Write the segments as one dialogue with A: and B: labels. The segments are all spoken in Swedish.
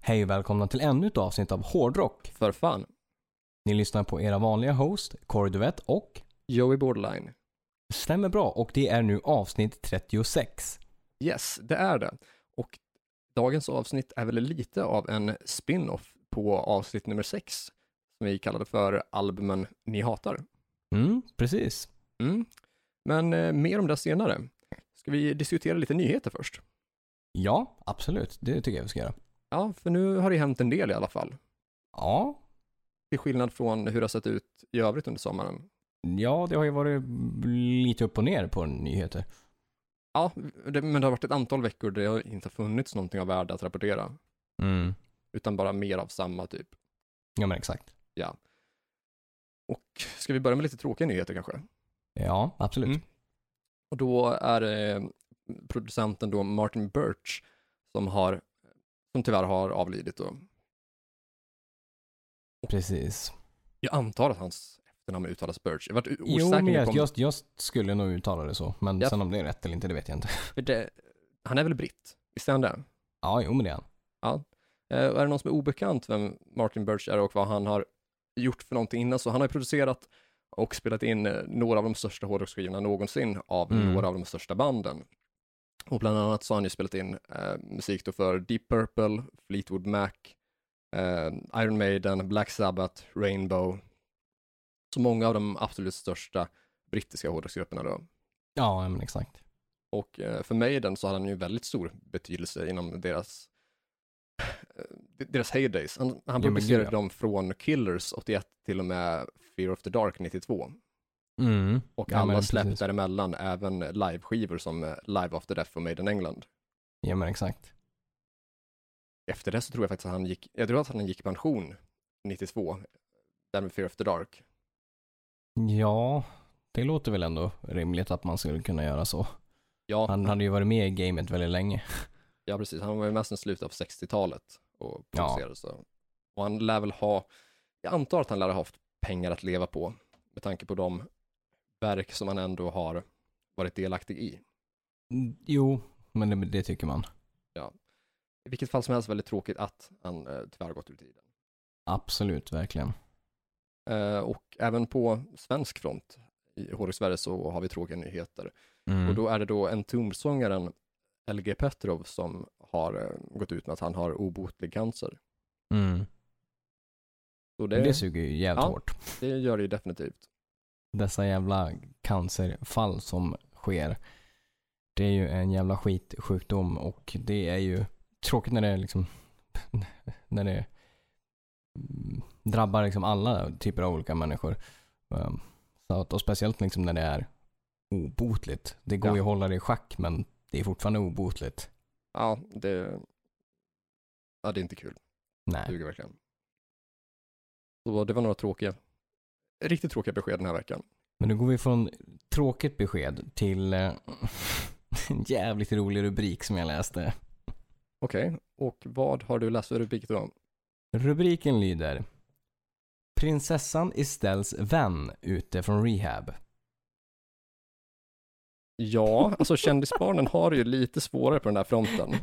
A: Hej och välkomna till ännu ett avsnitt av Hårdrock.
B: För fan.
A: Ni lyssnar på era vanliga host, Corey Duvett och
B: Joey Borderline.
A: Stämmer bra och det är nu avsnitt 36.
B: Yes, det är det. Och dagens avsnitt är väl lite av en spin-off på avsnitt nummer sex som vi kallade för albumen Ni hatar.
A: Mm, precis.
B: Mm. Men eh, mer om det senare. Ska vi diskutera lite nyheter först?
A: Ja, absolut. Det tycker jag vi ska göra.
B: Ja, för nu har det hänt en del i alla fall.
A: Ja,
B: Till skillnad från hur det har sett ut i övrigt under sommaren.
A: ja det har ju varit lite upp och ner på nyheter.
B: Ja, det, men det har varit ett antal veckor där det har inte funnits någonting av värde att rapportera,
A: Mm,
B: utan bara mer av samma typ.
A: ja men exakt.
B: Och ska vi börja med lite tråkiga nyheter kanske?
A: Ja, absolut.
B: Mm. Och då är det eh, producenten då Martin Birch som har, som tyvärr har avlidit då.
A: Precis.
B: Jag antar att hans efternamn uttalas Birch. Jag har varit
A: Jo,
B: osäker
A: men
B: nu
A: jag,
B: på om-
A: jag, jag skulle nog uttala det så. Men
B: Ja.
A: sen om det är rätt eller inte, det vet jag inte.
B: för det, han är väl britt? Visst är han det?
A: Ja, jo men det är han.
B: Eh, och är det någon som är obekant vem Martin Birch är och vad han har gjort för någonting innan så han har ju producerat och spelat in eh, några av de största hårdrocksskivorna någonsin av
A: Mm.
B: några av de största banden. Och bland annat så har han ju spelat in eh, musik då för Deep Purple, Fleetwood Mac, eh, Iron Maiden, Black Sabbath, Rainbow. Så många av de absolut största brittiska hårdrocksgrupperna då.
A: Ja, ja, men exakt.
B: Och eh, för Maiden så hade han ju väldigt stor betydelse inom deras eh, deras heydays. Han, han
A: gud,
B: publicerade
A: ja.
B: dem från Killers 81 till och med Fear of the Dark 92.
A: Mm.
B: Och
A: Ja,
B: alla
A: men
B: släpp
A: precis.
B: däremellan, även liveskivor som eh, Live After Death och Maiden England.
A: Ja, men exakt.
B: Efter det så tror jag faktiskt att han gick, jag tror att han gick i pension 92, där med Fear of the Dark.
A: Ja, det låter väl ändå rimligt att man skulle kunna göra så.
B: Ja,
A: Han hade ju varit med i gamet väldigt länge.
B: ja precis, han var ju med sedan slutet av 60-talet och
A: Ja.
B: producerade så. Och han lär väl ha, jag antar att han lär ha haft pengar att leva på med tanke på de verk som han ändå har varit delaktig i.
A: Mm, Jo, men det, det tycker man.
B: I vilket fall som helst väldigt tråkigt att han eh, tyvärr gått ur tiden.
A: Absolut, verkligen.
B: Eh, och även på svensk front i Hårdrock Sverige så har vi tråkiga nyheter.
A: Mm.
B: Och då är det då en tumsångaren LG Petrov som har eh, gått ut med att han har obotlig cancer.
A: mm.
B: Så
A: det...
B: det,
A: det
B: det,
A: suger ju jävligt
B: Ja.
A: hårt.
B: gör det ju definitivt.
A: Dessa jävla cancerfall som sker. Det är ju en jävla skitsjukdom och det är ju tråkigt när det är liksom när det mm, drabbar liksom alla typer av olika människor. Ehm, Så att, och speciellt liksom när det är obotligt. Det går
B: Ja.
A: ju att hålla det i schack men det är fortfarande obotligt.
B: Ja, det, ja, det är inte kul. Det
A: Nej.
B: duger verkligen. Så det var några tråkiga, riktigt tråkiga besked den här veckan.
A: Men nu går vi från tråkigt besked till eh, en jävligt rolig rubrik som jag läste.
B: Okej, och vad har du läst för rubrik då?
A: Rubriken lyder Prinsessan Estelles vän ute från rehab.
B: Ja, alltså kändisbarnen har det ju lite svårare på den här fronten.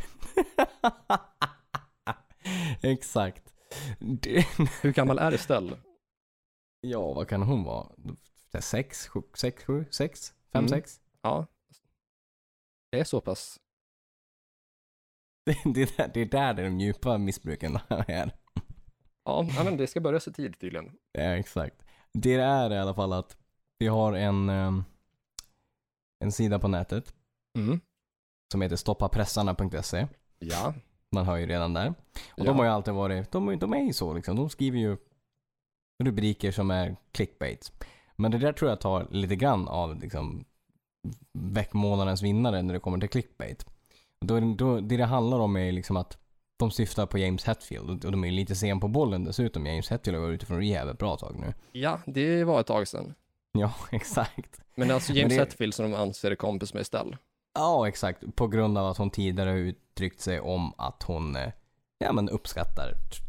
A: Exakt. Det,
B: Hur gammal är Estelle?
A: ja, vad kan hon vara? Sex, sju, sex, sju, sex, fem,
B: Mm.
A: sex?
B: Ja, det är så pass.
A: Det, det, är där, det är där de djupa missbruken är.
B: Ja, ja, men det ska börja så tidigt tydligen.
A: Ja, exakt. Det är i alla fall att vi har en, eh, en sida på nätet
B: Mm.
A: som heter stoppapressarna.se.
B: Ja.
A: Man hör ju redan där. Och
B: Ja.
A: de har ju alltid varit, de, de är ju så liksom. De skriver ju rubriker som är clickbait. Men det där tror jag tar lite grann av liksom veckmånadens vinnare när det kommer till clickbait. Och Då, är det- då, det det handlar om är liksom att de syftar på James Hetfield och och de är ju lite sen på bollen dessutom. James Hetfield har varit ute från rehab ett bra tag nu.
B: ja, det var ett tag sedan.
A: Ja, exakt.
B: Men det är alltså
A: Men
B: James
A: det-
B: Hetfield som de anser är kompis med Estelle.
A: Ja, exakt. På grund av att hon tidigare har uttryckt sig om att hon eh, ja, men uppskattar t-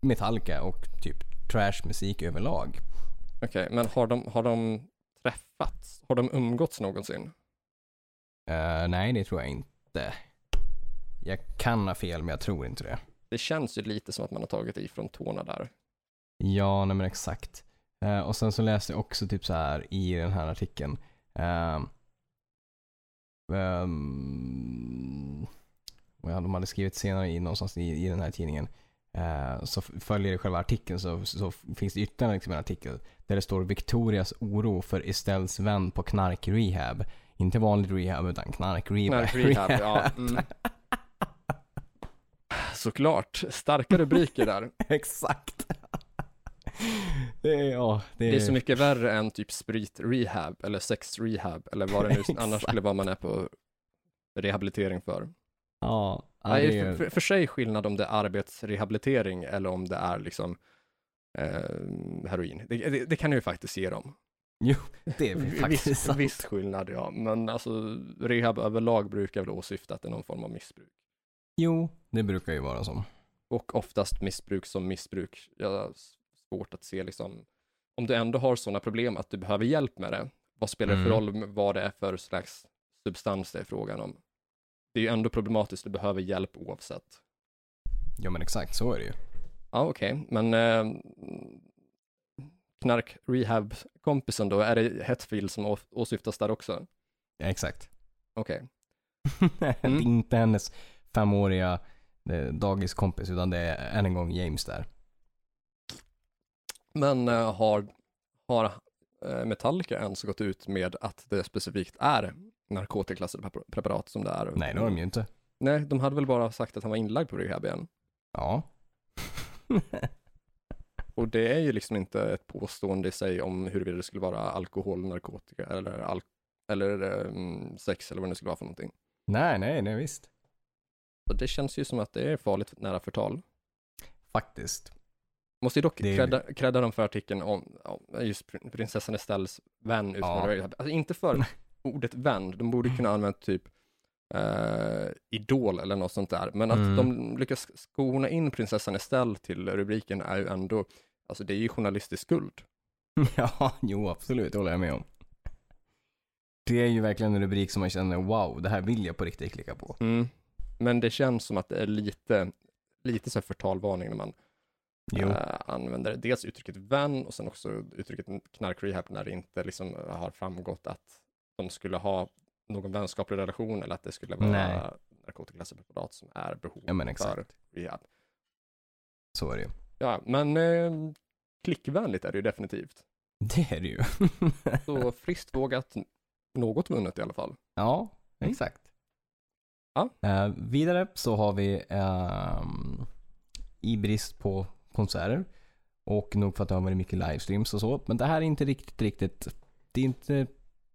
A: Metallica och typ trashmusik överlag.
B: Okej, men har de, har de träffats? Har de umgåtts någonsin?
A: Eh, nej, det tror jag inte. Jag kan ha fel, men jag tror inte det.
B: Det känns ju lite som att man har tagit i från tårna där.
A: Ja, nej men exakt. Eh, och sen så läste jag också typ så här i den här artikeln. ehm, ehm, vad hade- de hade skrivit senare i någonstans i, i den här tidningen. eh, så f- följer det själva artikeln så, så finns det ytterligare liksom en artikel där det står Victorias oro för Estelles vän på knarkrehab. Inte vanlig rehab utan knarkrehab.
B: Knarkrehab, ja. Mm. Såklart, starka rubriker där.
A: Exakt. det är, ja, det är,
B: Det är så mycket värre än typ sprit-rehab eller sex-rehab eller vad det nu
A: Exakt.
B: annars skulle vara man är på rehabilitering för.
A: Ja, ja,
B: Nej,
A: det är-
B: för, för, för sig skillnad om det är arbetsrehabilitering eller om det är liksom eh, heroin. Det, det, det kan jag ju faktiskt ge dem.
A: Det är faktiskt
B: viss,
A: sant.
B: viss skillnad ja, men alltså rehab överlag brukar väl åsyfta att det är någon form av missbruk.
A: Jo, det brukar ju vara så.
B: Och oftast missbruk som missbruk. Jag har s- svårt att se liksom, om du ändå har sådana problem att du behöver hjälp med det, vad spelar det för
A: Mm.
B: roll med vad det är för slags substans det är frågan om? Det är ju ändå problematiskt, du behöver hjälp oavsett.
A: Ja men exakt, så är det ju.
B: Ja, okej, men eh, knark-rehab-kompisen då, är det Hetfield som å- åsyftas där också?
A: Ja, exakt.
B: Okej,
A: det
B: Mm.
A: är inte hennes femåriga eh, dagiskompis utan det är än en gång James där.
B: men eh, har, har eh, Metallica ens gått ut med att det specifikt är narkotikaklassade prepar- preparat som det är?
A: Nej, det har de ju inte.
B: Nej, de hade väl bara sagt att han var inlagd på rehab igen.
A: Ja.
B: Och det är ju liksom inte ett påstående i sig om huruvida det skulle vara alkohol, narkotika eller, al- eller ehm, sex eller vad det nu skulle vara för någonting.
A: nej, nej, nej visst.
B: Så det känns ju som att det är farligt nära förtal.
A: Faktiskt.
B: Måste ju dock
A: Det är-
B: credda, credda dem för artikeln om, om just pr- prinsessan Estelles vän utan
A: Ja.
B: rehab. Alltså inte för ordet vän, de borde kunna använda typ eh, idol eller något sånt där. Men att
A: Mm.
B: de lyckas skona in prinsessan Estelle till rubriken är ju ändå, alltså det är ju journalistisk skuld.
A: ja, jo absolut, det håller jag med om. Det är ju verkligen en rubrik som man känner wow, det här vill jag på riktigt klicka på.
B: Mm. Men det känns som att det är lite, lite så här förtalvarning när man eh, använder dels uttrycket vän och sen också uttrycket knarkrehab när det inte liksom har framgått att de skulle ha någon vänskaplig relation eller att det skulle vara
A: Nej.
B: narkotikaklassade preparat som är behov
A: Ja, men
B: för
A: exakt.
B: rehab.
A: Så är det ju.
B: Ja, men eh, klickvänligt är det ju definitivt.
A: Det är det ju.
B: Så friskt vågat, något vunnet i alla fall.
A: Ja,
B: Mm.
A: exakt.
B: Ja.
A: Eh, vidare så har vi ehm, i brist på konserter och nog för att det har varit mycket livestreams och så. Men det här är inte riktigt, riktigt. Det är inte,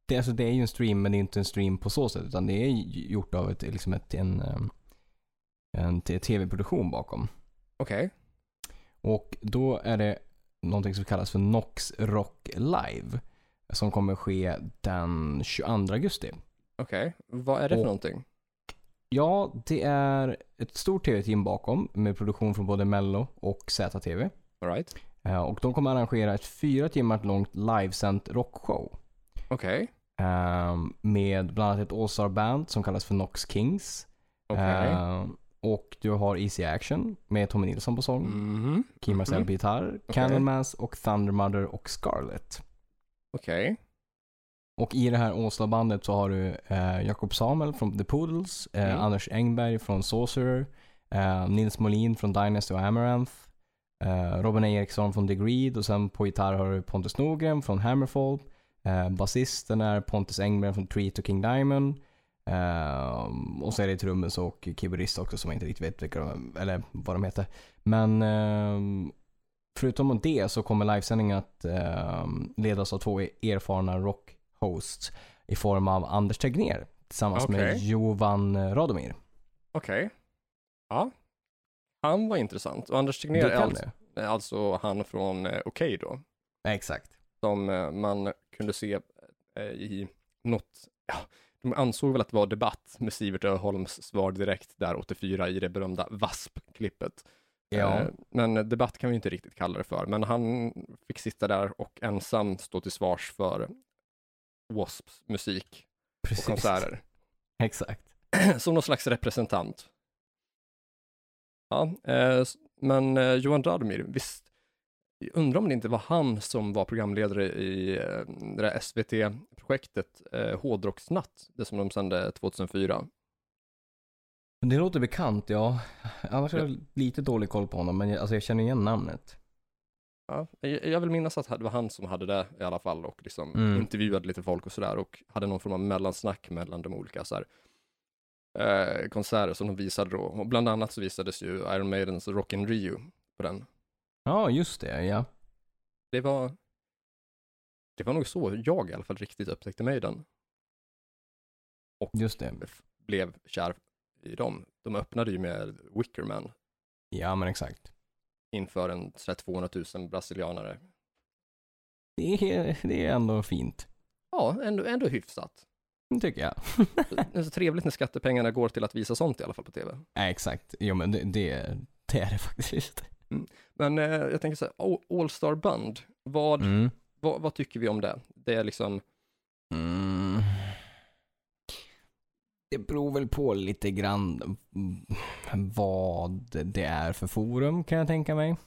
A: det, alltså det är ju en stream men det är inte en stream på så sätt utan det är ju gjort av ett, liksom ett, en, ehm, en t- tv-produktion bakom.
B: Okej.
A: Och då är det någonting som kallas för Nox Rock Live som kommer ske den 22 augusti.
B: Okej, vad är det för
A: Och-
B: någonting?
A: Ja, det är ett stort tv-team bakom med produktion från både Mello och ZTV.
B: All right.
A: Eh, Och de kommer arrangera ett fyra timmar långt livesänt rockshow.
B: Okej,
A: eh, Med bland annat ett all-star band som kallas för Nox Kings.
B: okej.
A: Eh, Och du har Easy Action med Tommy Nilsson på sång,
B: Mhm.
A: Kim Marcel
B: Mhm.
A: på gitarr, Candlemass och Thunder Mother och Scarlett.
B: Okej.
A: Och i det här Åsla-bandet så har du eh, Jakob Samuel från The Poodles, eh,
B: Mm.
A: Anders Engberg från Sorcerer, eh, Nils Molin från Dynasty och Amaranth, eh, Robin Eriksson från The Greed och sen på gitarr har du Pontus Norgren från Hammerfall. Eh, Basisten är Pontus Engberg från Treat och King Diamond. Eh, och så är det trummis och keyboardist också som jag inte riktigt vet vilka de, eller vad de heter. Men ehm, Förutom det så kommer livesändningen att eh, ledas av två erfarna rockhosts i form av Anders Tegnér tillsammans med
B: Okej.
A: Jovan Radomir.
B: Okej. Ja. Han var intressant. Och
A: Du
B: Anders Tegnér är
A: kan
B: alltså,
A: det?
B: är alltså han från eh, Okej då,
A: Exakt.
B: som eh, man kunde se eh, i något, ja, de ansåg väl att det var debatt med Sivert Öholms svar direkt där 84 i det berömda VASP-klippet.
A: Ja.
B: Eh, Men debatt kan vi inte riktigt kalla det för, men han fick sitta där och ensam stå till svars för Wasps musik och
A: precis.
B: konserter.
A: Exakt.
B: Som någon slags representant. Ja, eh, s- men eh, Johan Radomir, visst, jag undrar om det inte var han som var programledare i eh, det där SVT-projektet eh, Hårdrocksnatt, det som de sände 2004.
A: Men Det låter bekant, ja. Annars har jag lite dålig koll på honom, men jag, alltså, jag känner igen namnet.
B: Ja, jag, jag vill minnas att det var han som hade det i alla fall och liksom
A: Mm.
B: intervjuade lite folk och sådär och hade någon form av mellansnack mellan de olika så här, eh, konserter som de visade då. Och bland annat så visades ju Iron Maidens Rock in Rio på den.
A: Ja, just det, ja.
B: Det var, det var nog så jag i alla fall riktigt upptäckte Maiden.
A: Just det.
B: f- blev kär i dem. De öppnade ju med Wickerman
A: Ja, men exakt.
B: inför en så här 200 000 brasilianare.
A: Det är, det är ändå fint,
B: Ja, ändå, ändå hyfsat.
A: tycker jag.
B: Det är så trevligt när skattepengarna går till att visa sånt i alla fall på tv.
A: Ja, exakt. Jo, men det, det, det är det faktiskt.
B: Men eh, jag tänker så här, All- All Star Band, vad,
A: Mm.
B: vad, vad tycker vi om det? Det är liksom,
A: Mm. Det beror väl på lite grann mm, vad det är för forum kan jag tänka mig.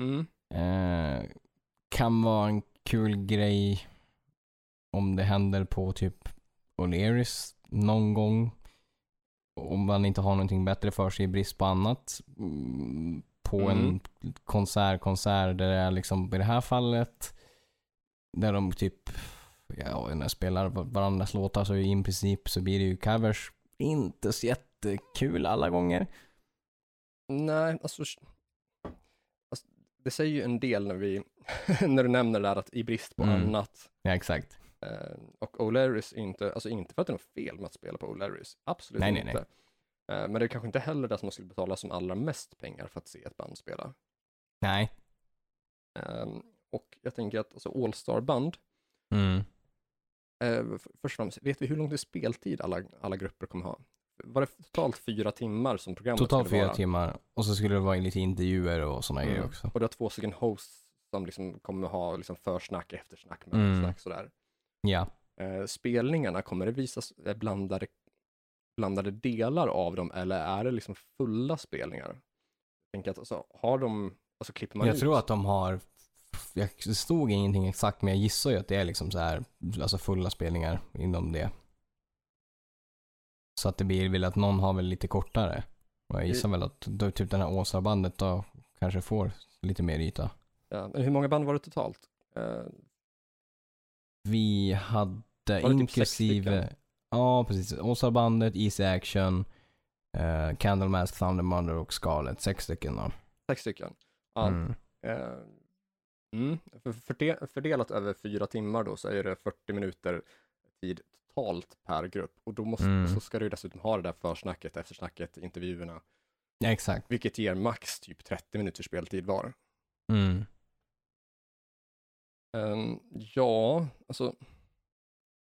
B: mm,
A: Eh, kan vara en kul grej om det händer på typ O'Learys någon gång. Om man inte har någonting bättre för sig i brist på annat. Mm, På en
B: Mm.
A: konsert, konsert där det är liksom i det här fallet. Där de typ, ja när de spelar var- varandras låtar så i princip så blir det ju covers. Inte så jättekul alla gånger.
B: nej, alltså, alltså, det säger ju en del när vi, när du nämner det där att i brist på
A: Mm.
B: annat
A: Ja exakt.
B: Eh, och O'Learys är inte, alltså inte för att det är något fel med att spela på O'Learys, absolut
A: Nej, nej,
B: inte. Eh, men det är kanske inte heller det som man skulle betala som allra mest pengar för att se ett band spela.
A: Nej.
B: Eh, och jag tänker att alltså, All Star-band,
A: Mm.
B: eh, f- först och främst, vet vi hur lång speltid alla, alla grupper kommer ha? Var det totalt fyra timmar som programmet
A: Totalt
B: skulle
A: fyra
B: vara?
A: timmar. Och så skulle det vara lite intervjuer och sådana
B: Mm.
A: grejer också.
B: Och du har två stycken hosts som liksom kommer ha liksom försnack, eftersnack,
A: Mm.
B: mellansnack sådär.
A: Ja.
B: Eh, spelningarna, kommer det visas eh, blandade, blandade delar av dem eller är det liksom fulla spelningar? Jag tänker att alltså, har de, alltså klipper man
A: Jag
B: ut?
A: tror att de har, jag, det stod ingenting exakt men jag gissar ju att det är liksom så här, alltså fulla spelningar inom det. Så att det blir väl att någon har väl lite kortare. Och jag
B: Mm.
A: gissar väl att då, typ den här Åsa-bandet då kanske får lite mer yta.
B: Ja, men hur många band var det totalt? Eh,
A: Vi hade
B: typ sex
A: inklusive,
B: stycken?
A: ja precis, Åsa-bandet, Easy Action, eh, Candlemask, Thunder Mother och Scarlet. Sex stycken då.
B: sex stycken. Ja,
A: Mm.
B: eh, mm. För- förde- Fördelat över fyra timmar då så är det 40 minuter tid totalt per grupp och då måste,
A: Mm.
B: så ska du ju dessutom ha det där försnacket, eftersnacket, intervjuerna,
A: Ja, exakt.
B: vilket ger max typ 30 minuters speltid var.
A: Mm.
B: Ehm, ja, alltså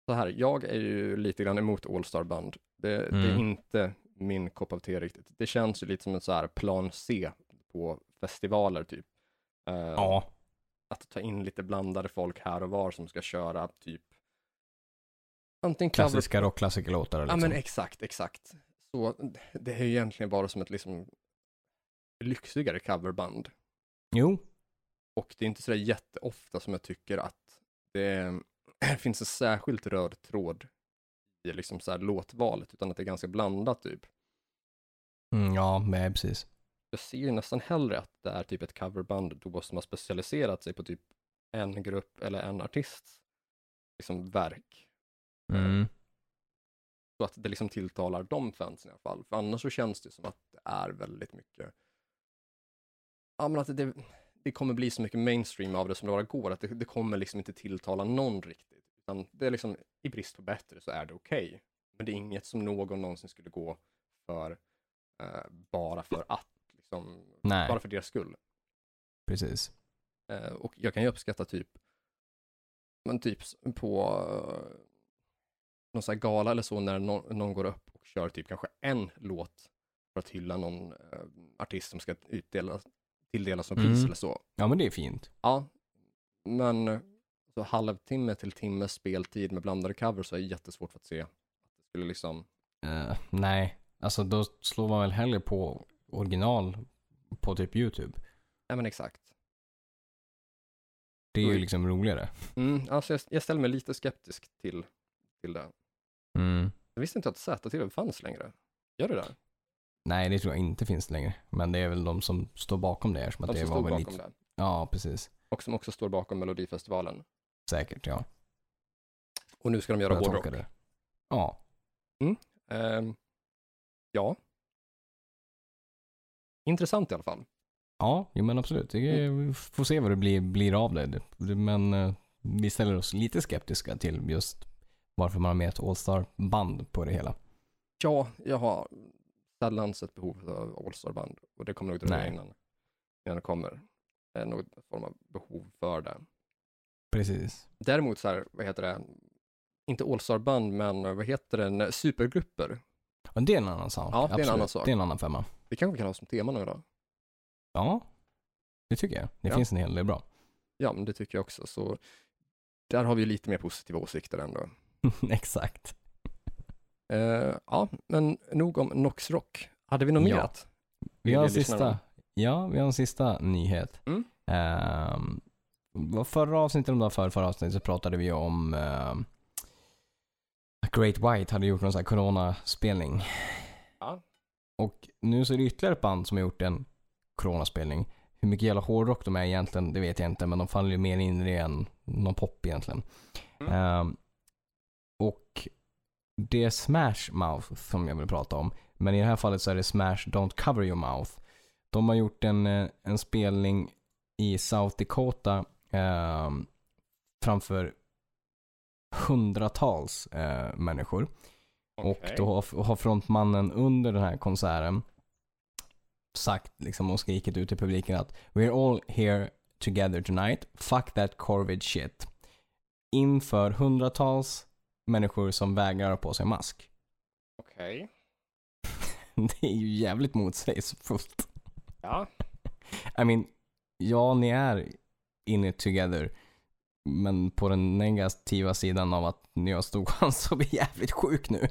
B: så här, jag är ju lite grann emot All Star Band. Det, det är
A: Mm.
B: inte min kopp av te riktigt. Det känns ju lite som en så här plan C på festivaler typ. Ehm,
A: Ja.
B: Att ta in lite blandade folk här och var som ska köra typ antingen cover.
A: Klassiska rockklassikerlåtar
B: Ja
A: liksom.
B: men exakt, exakt. Så det är ju egentligen bara som ett liksom lyxigare coverband.
A: Jo.
B: Och det är inte sådär jätteofta som jag tycker att det finns en särskilt röd tråd i liksom så här låtvalet, utan att det är ganska blandat typ.
A: Mm, ja, men precis.
B: Jag ser ju nästan hellre att det är typ ett coverband då som har specialiserat sig på typ en grupp eller en artists liksom verk.
A: Mm.
B: Så att det liksom tilltalar de fansen i alla fall. För annars så känns det som att det är väldigt mycket, ja men att det, det kommer bli så mycket mainstream av det som det bara går, att det, det kommer liksom inte tilltala någon riktigt. Utan det är liksom, i brist på bättre så är det okej. Men det är inget som någon någonsin skulle gå för, eh, bara för att, liksom,
A: Nej,
B: bara för deras skull.
A: precis.
B: Eh, och jag kan ju uppskatta typ, men typ s- på eh, någon sån här gala eller så när någon, någon går upp och kör typ kanske en låt för att hylla någon eh, artist som ska utdelas, tilldelas som pris
A: Mm.
B: eller så.
A: Ja, men det är fint.
B: Ja, men eh, så halvtimme till timme speltid med blandade covers så är det jättesvårt för att se. Att det skulle liksom,
A: Eh, nej, alltså då slår man väl hellre på original på typ YouTube.
B: Ja men exakt.
A: Det är ju
B: Oj.
A: liksom roligare.
B: Mm, alltså jag, jag ställer mig lite skeptisk till, till det.
A: Mm.
B: Jag visste inte att ZTV fanns längre. Gör det där?
A: Nej, det tror jag inte finns längre. Men det är väl de som står bakom det här som att
B: De
A: det
B: som
A: var
B: stod
A: väl
B: bakom
A: lite...
B: det.
A: Ja, precis.
B: Och som också står bakom Melodifestivalen.
A: Säkert, ja.
B: Och nu ska de göra
A: Jag
B: hårdrock.
A: tolkar det. Ja.
B: Ehm, ja. Intressant i alla fall.
A: Ja, jo, men absolut. Det är,
B: Mm.
A: vi får se vad det blir, blir av det. Det- Men eh, vi ställer oss lite skeptiska till just varför man har med ett All-Star-band på det hela.
B: Ja, jag har sällan sett behov av All Star Band och det kommer nog dröja
A: Nej.
B: innan, innan det kommer eh, något form av behov för det.
A: Precis.
B: Däremot så här, vad heter det, inte All Star Band men eh, vad heter det, När- supergrupper.
A: Och det är en annan sak.
B: Ja, det är en
A: Absolut.
B: annan sak.
A: Det är en annan femma.
B: Det kanske vi kan ha som tema nu då.
A: Ja, det tycker jag. Det
B: Ja.
A: finns en hel del bra.
B: Ja, men det tycker jag också. Så där har vi lite mer positiva åsikter ändå.
A: Exakt.
B: Eh, ja, men nog om Nox Rock. Hade vi något mer
A: Ja.
B: att
A: Vi har en
B: Vill ni lyssna då?
A: sista, ja, vi har en sista nyhet.
B: Mm.
A: Ehm, vad förra avsnittet, eller om det var förra, förra avsnittet, så pratade vi om ehm, att Great White hade gjort någon sån här coronaspelning.
B: Ja.
A: Och nu så är det ytterligare ett band som har gjort en coronaspelning. Hur mycket jävla hårdrock de är egentligen, det vet jag inte, men de faller ju mer in i det än någon pop egentligen.
B: Mm.
A: Ehm, och det är Smash Mouth som jag vill prata om. Men i det här fallet så är det Smash Don't Cover Your Mouth. De har gjort en, eh, en spelning i South Dakota ehm, framför hundratals eh, människor. Och då har, har frontmannen under den här konserten sagt liksom och skrikit ut i publiken att We're all here together tonight. Fuck that corvid shit. Inför hundratals människor som vägrar ha på sig mask.
B: Okej.
A: Det är ju jävligt motsägelsefullt.
B: Ja.
A: I mean, ja ni är in it together. Men på den negativa sidan av att ni har stor chans att bli jävligt sjuk nu.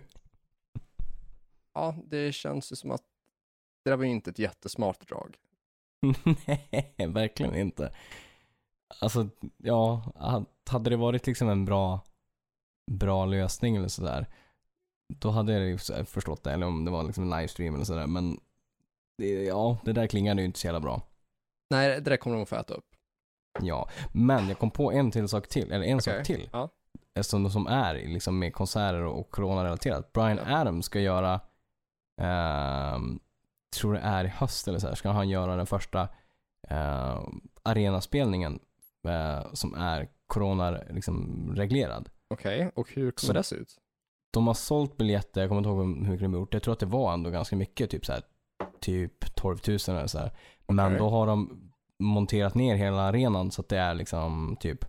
B: ja, det känns ju som att det där var ju inte ett jättesmart drag.
A: Nej, verkligen inte. Alltså, ja, hade det varit liksom en bra, bra lösning eller sådär, då hade jag ju så här förstått det. Eller om det var liksom en livestream eller sådär. Men det, ja, det där klingade ju inte så jävla bra.
B: Nej, det där kommer de få äta upp.
A: Ja, men jag kom på en till sak till, eller en
B: Okej.
A: sak till.
B: Ja.
A: Eftersom som är liksom med konserter och corona-relaterat. Brian
B: Ja.
A: Adams ska göra, ehm, tror det är i höst eller så här, ska han göra den första eh, arenaspelningen eh, som är liksom, corona-reglerad.
B: Okej, och hur kommer
A: Så-
B: det se ut?
A: De har sålt biljetter, jag kommer inte ihåg hur mycket de har gjort. Jag tror att det var ändå ganska mycket, typ så här, typ 12 000 eller så här. Men
B: Okej.
A: då har de monterat ner hela arenan så att det är liksom typ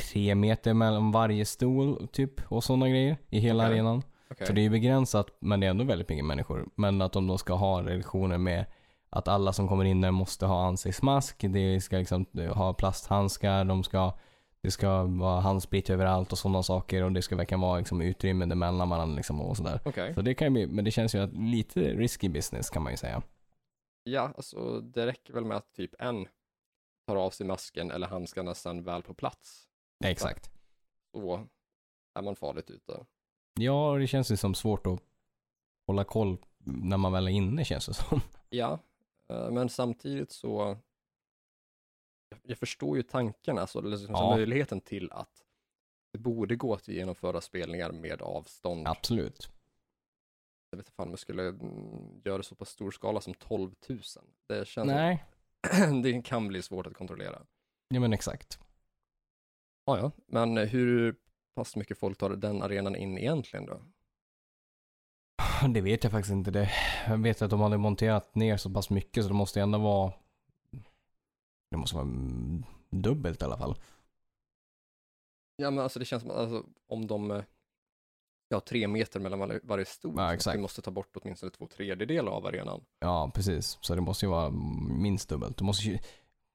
A: tre meter mellan varje stol typ och sådana grejer i hela
B: Okej.
A: arenan.
B: Okej.
A: Så det är ju begränsat men det är ändå väldigt mycket människor. Men att de då ska ha relationer med att alla som kommer in där måste ha ansiktsmask, de ska liksom ha plasthandskar, de ska, det ska vara handsprit överallt och sådana saker och det ska verkligen vara liksom utrymmen mellan varandra liksom och sådär.
B: Okej.
A: Så det kan ju bli, men det känns ju att lite risky business kan man ju säga.
B: Ja, alltså det räcker väl med att typ en tar av sig masken eller handskarna sen väl på plats.
A: Exakt.
B: Då är man farligt ute.
A: Ja, det känns ju som svårt att hålla koll när man väl är inne känns det som.
B: Ja, eh, men samtidigt så jag- jag förstår ju tanken, alltså eller liksom
A: Ja.
B: möjligheten till att det borde gå att genomföra spelningar med avstånd.
A: Absolut.
B: Jag vet inte fan om jag skulle mm, göra det så på stor skala som 12 000. Det känns
A: Nej.
B: det kan bli svårt att kontrollera.
A: Ja men exakt.
B: Ja, ja, men eh, hur pass mycket folk tar den arenan in egentligen då?
A: Det vet jag faktiskt inte. Det. Jag vet att de hade monterat ner så pass mycket så det måste ändå vara... Det måste vara mm, dubbelt i alla fall.
B: Ja, men alltså det känns som att alltså, om de eh, ska ha tre meter mellan varje, varje stol,
A: Ja,
B: så att
A: exakt.
B: vi måste ta bort åtminstone två tredjedelar av arenan.
A: Ja, precis. Så det måste ju vara minst dubbelt. Det, måste ju,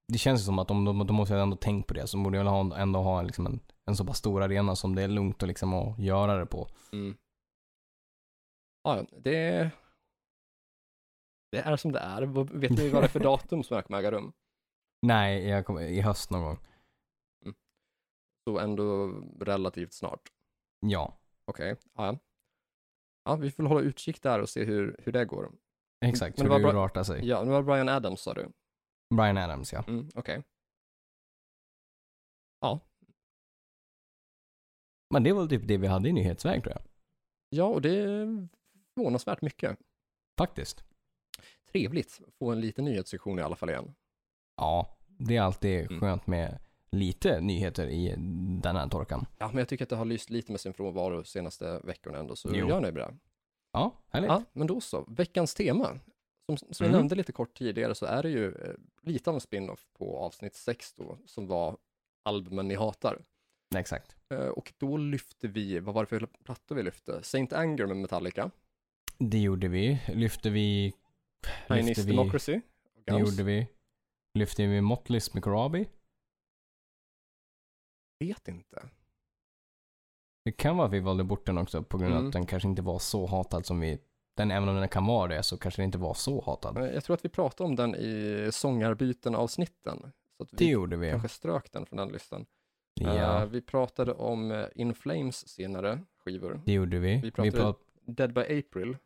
A: det känns ju som att de, de, de måste ju ändå tänkt på det. Så de borde väl ha, ändå ha liksom en, en så pass stor arena som det är lugnt att, liksom att göra det på.
B: Mm. Ja, ja, det Det är som det är. Vad- Vet ni vad det är för datum som det här kommer äga rum?
A: Nej, jag kommer, i höst någon gång.
B: Så ändå relativt snart.
A: Ja,
B: Okej, ja. ja. Vi får hålla utkik där och se hur, hur det går.
A: exakt.
B: Men
A: Men
B: det
A: hur det
B: var bra-
A: urartar sig.
B: Ja, nu var det Brian Adams sa du.
A: Brian Adams, ja.
B: Mm, Okej.
A: Men det var typ det vi hade i nyhetsväg tror jag.
B: Ja, och det är förvånansvärt mycket.
A: Faktiskt.
B: Trevligt att få en liten nyhetssektion i alla fall igen.
A: Ja, det är alltid
B: Mm.
A: skönt med lite nyheter i den här torkan.
B: Ja, men jag tycker att det har lyst lite med sin frånvaro de senaste veckorna ändå, så
A: Jo.
B: jag är nöjd med det.
A: Ja, härligt.
B: Ja, men då så. Veckans tema. Som, som jag
A: Mm.
B: nämnde lite kort tidigare så är det ju eh, lite av en spin-off på avsnitt 6 då, som var albumen ni hatar.
A: Exakt.
B: Eh, Och då lyfte vi, vad var det för plattor vi lyfte? Saint Anger med Metallica,
A: Det gjorde vi. Lyfte vi...
B: Chinese Democracy, och
A: Det
B: Guns.
A: gjorde vi. Lyfte vi Motley's Mikrobi.
B: Vet inte.
A: Det kan vara att vi valde bort den också på grund av
B: Mm.
A: att den kanske inte var så hatad som vi... Den, även om den kan vara det, så kanske den inte var så hatad.
B: Eh, Jag tror att vi pratade om den i sångarbyten-avsnitten. Så att
A: Det
B: vi
A: gjorde vi.
B: kanske strök den från den listan.
A: Ja,
B: Eh, Vi pratade om eh, In Flames senare skivor.
A: det gjorde vi. vi,
B: pratade-
A: pra-
B: Dead by April.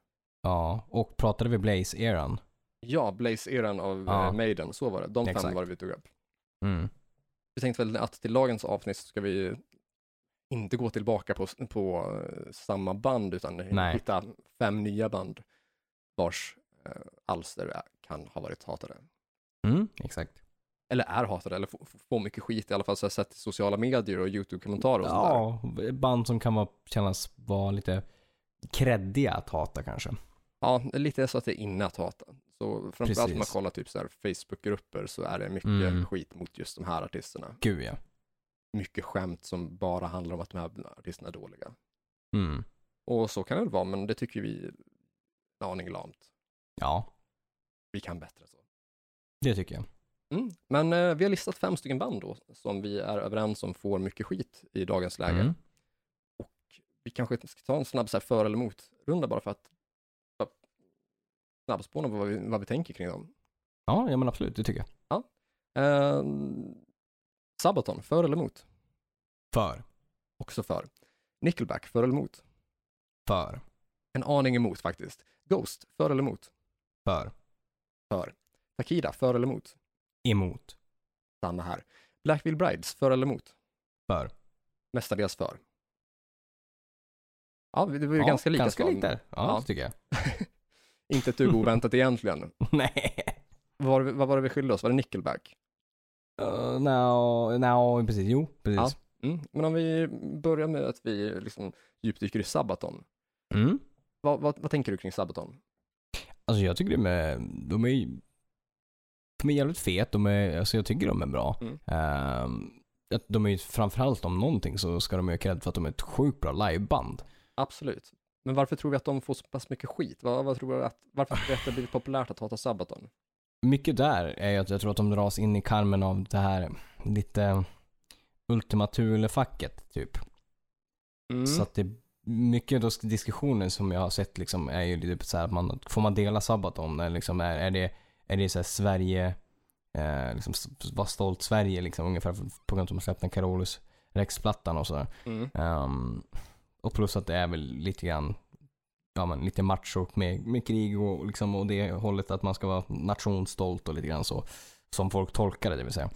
A: ja, och pratade vi Blaze-eran.
B: Ja, Blaze-eran av eh,
A: Ja.
B: Maiden, så var det. De fem
A: Exakt.
B: var det vi tog upp.
A: Mm.
B: Vi tänkte väl att till dagens avsnitt så ska vi inte gå tillbaka på, på eh, samma band utan
A: Nej.
B: hitta fem nya band vars eh, alster är- kan ha varit hatade.
A: Mm, exakt.
B: Eller är hatade, eller f- f- får mycket skit i alla fall så jag har sett i sociala medier och YouTube-kommentarer och sånt där.
A: Ja, band som kan vara, kännas vara lite kreddiga att hata kanske.
B: Ja, det är lite så att det är inne att hata. Så framförallt om man
A: Precis.
B: kollar typ så här Facebookgrupper så är det mycket
A: Mm.
B: skit mot just de här artisterna.
A: Gud ja.
B: Mycket skämt som bara handlar om att de här artisterna är dåliga.
A: Mm.
B: Och så kan det vara, men det tycker vi är en aning lamt.
A: Ja,
B: vi kan bättre än så.
A: det tycker jag.
B: Mm. Men eh, vi har listat fem stycken band då, som vi är överens om får mycket skit i dagens läge.
A: Mm.
B: Vi kanske ska ta en snabb så här, för eller emot-runda bara för att bara snabbspåna på vad vi, vad vi tänker kring dem.
A: Ja, ja men absolut, det tycker jag.
B: Eh, Sabaton, för eller emot?
A: För.
B: Också för. Nickelback, för eller emot?
A: För.
B: En aning emot faktiskt. Ghost, för eller emot?
A: För.
B: Takida, för eller emot?
A: Emot.
B: Samma här. Blackville Brides, för eller emot?
A: För.
B: Mestadels för. Ja, det var ju
A: ja,
B: ganska lika
A: Ganska
B: svar.
A: likt där. Ja,
B: Ja.
A: det tycker jag.
B: Inte ett dugg oväntat egentligen.
A: Nej.
B: Vad var, det- vad var det vi skyllde oss? Var det nickelback?
A: Uh, no, no, precis. Jo, precis.
B: Mm. Men om vi börjar med att vi liksom djupdyker i Sabaton.
A: Mm.
B: Vad, vad, vad tänker du kring Sabaton?
A: Alltså jag tycker de är, de är, ju- de är jävligt fet. De är, alltså jag tycker de är bra.
B: Mm.
A: Ehm, att de är ju framförallt om någonting så ska de ju ha cred för att de är ett sjukt bra liveband.
B: Absolut. Men varför tror vi att de får så pass mycket skit? Vad, vad tror du att, varför tror vi att det har blivit populärt att hata Sabaton?
A: Mycket där är ju att jag tror att de dras in i karmen av det här lite Ultima Thule-facket typ.
B: Mm.
A: Så att det mycket av diskussionen som jag har sett liksom är ju lite så här att man, får man dela Sabaton? Eller liksom är, är det, är det så här Sverige, eh, liksom s- var stolt Sverige liksom ungefär på grund av att de släppte Carolus Rex-plattan och sådär.
B: Mm.
A: Ehm, och plus att det är väl lite grann, ja men lite macho med, med krig och liksom och det hållet att man ska vara nationsstolt och lite grann så. Som folk tolkar det, det vill säga.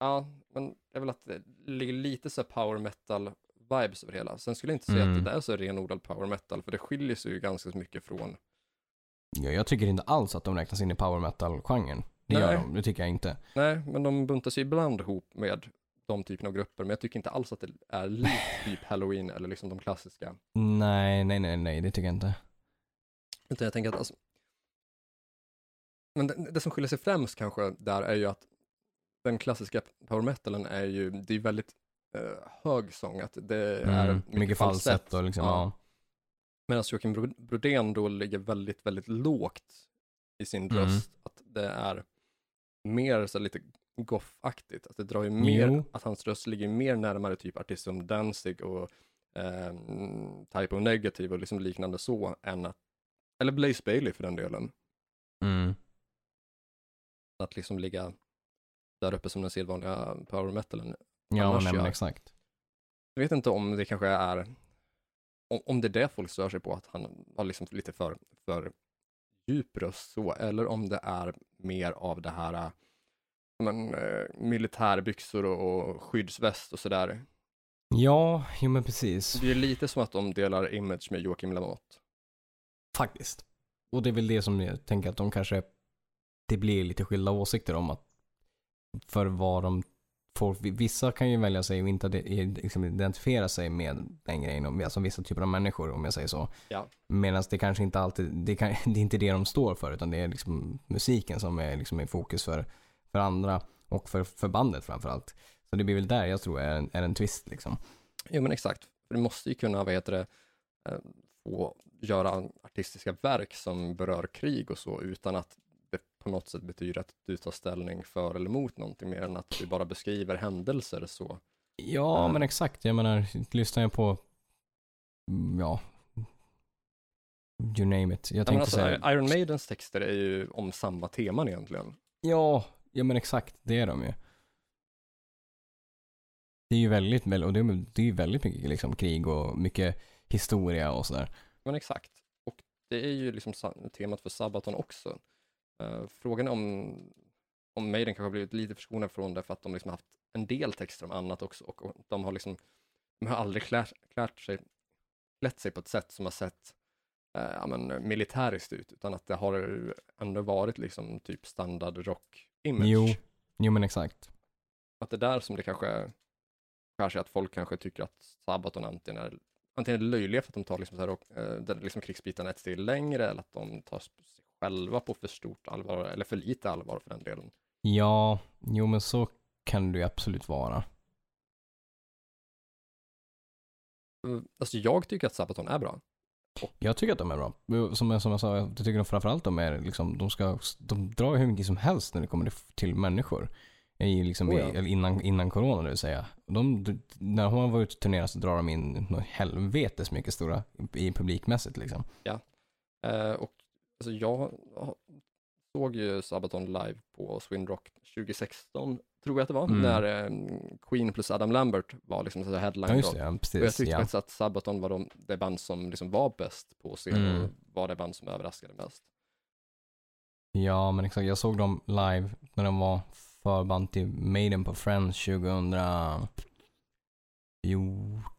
B: Ja, men jag vill att det ligger lite så här power metal vibes över hela. Sen skulle jag inte säga
A: Mm.
B: att det där är så renodlad power metal, för det skiljer sig ju ganska så mycket från
A: Ja, jag tycker inte alls att de räknas in i power metal-genren. Det gör
B: Nej.
A: de, det tycker jag inte.
B: Nej, men de buntas ju ibland ihop med de typen av grupper, men jag tycker inte alls att det är likt typ halloween eller liksom de klassiska.
A: Nej, nej, nej, nej, det tycker jag inte.
B: Utan jag tänker att alltså, men det, det som skiljer sig främst kanske där är ju att den klassiska power metalen är ju, det är väldigt eh, hög sång, att det är
A: Mm, mycket falsett och liksom, ja.
B: Medan Joakim Bro- Brodén då ligger väldigt, väldigt lågt i sin
A: Mm.
B: röst. Att det är mer så lite goffaktigt. Att det drar ju mer,
A: Jo.
B: att hans röst ligger mer närmare typ artister som Danzig och eh, Type of Negative och liksom liknande så än att, eller Blaze Bailey för den delen.
A: Mm.
B: Att liksom ligga där uppe som den sedvanliga power metalen.
A: Ja,
B: Annars
A: nej, men
B: gör-
A: exakt.
B: Jag vet inte om det kanske är, om, om det är det folk stör sig på, att han har liksom lite för, för djup röst så, eller om det är mer av det här äh, ja, men, eh, militärbyxor och, och skyddsväst och sådär.
A: Ja, jo men precis.
B: Det är lite som att de delar image med Joakim Lamotte.
A: Faktiskt. Och det är väl det som jag tänker att de kanske, det blir lite skilda åsikter om att för vad de får, vissa kan ju välja sig och inte ide- liksom identifiera sig med den grejen, om- alltså vissa typer av människor om jag säger så.
B: Ja.
A: Medan det kanske inte alltid, det, kan, det är inte det de står för utan det är liksom musiken som är liksom i fokus för, för andra och för, för bandet framförallt. Så det blir väl där jag tror är en, är en twist liksom.
B: Jo men exakt, för du måste ju kunna, vad heter det, eh, få göra artistiska verk som berör krig och så utan att det på något sätt betyder att du tar ställning för eller emot någonting mer än att du bara beskriver händelser så.
A: Ja,
B: Mm.
A: men exakt. Jag menar, lyssnar jag på, mm, ja, you name it. Jag
B: Ja, men
A: tänkte
B: alltså,
A: säga,
B: Iron Maidens texter är ju om samma teman egentligen.
A: ja, ja men exakt, det är de ju. Det är ju väldigt, väl- och det är, det är ju väldigt mycket liksom, krig och mycket historia och sådär.
B: Men exakt, och det är ju liksom sa- temat för Sabaton också. Eh, frågan är om, om Maiden kanske har blivit lite förskonad från det för att de liksom haft en del texter om annat också och, och de har liksom, de har aldrig klärt, klärt sig, klätt sig på ett sätt som har sett eh, ja, men, militäriskt ut, utan att det har ändå varit liksom typ standard rock-image.
A: Jo. Jo men exakt.
B: Att det är där som det kanske, kanske att folk kanske tycker att Sabaton antingen är, antingen är löjliga för att de tar liksom så här, och, eh, den liksom krigsbitarna ett steg längre eller att de tar sig själva på för stort allvar eller för lite allvar för den delen.
A: Ja, jo men så kan det ju absolut vara.
B: Mm, Alltså jag tycker att Sabaton är bra.
A: Jag tycker att de är bra. Som jag, som jag sa, jag tycker de framförallt de är liksom, de ska, de drar ju hur mycket som helst när det kommer till människor. I, liksom,
B: Oh
A: i,
B: ja.
A: eller innan, innan corona det vill säga. De, när man var ute och turnerade så drar de in något helvetes mycket stora i publikmässigt liksom.
B: Eh, och alltså jag har- såg ju Sabaton live på Swindrock 2016, tror jag att det var,
A: Mm.
B: när eh, Queen plus Adam Lambert var liksom så här
A: Ja
B: headline
A: just
B: då.
A: det, ja,
B: Och jag
A: precis.
B: tyckte
A: Ja.
B: faktiskt att Sabaton var de, det band som liksom var bäst på scen och
A: Mm.
B: var det band som överraskade mest.
A: ja men exakt, jag såg dem live när de var förband till Maiden på Friends 2014,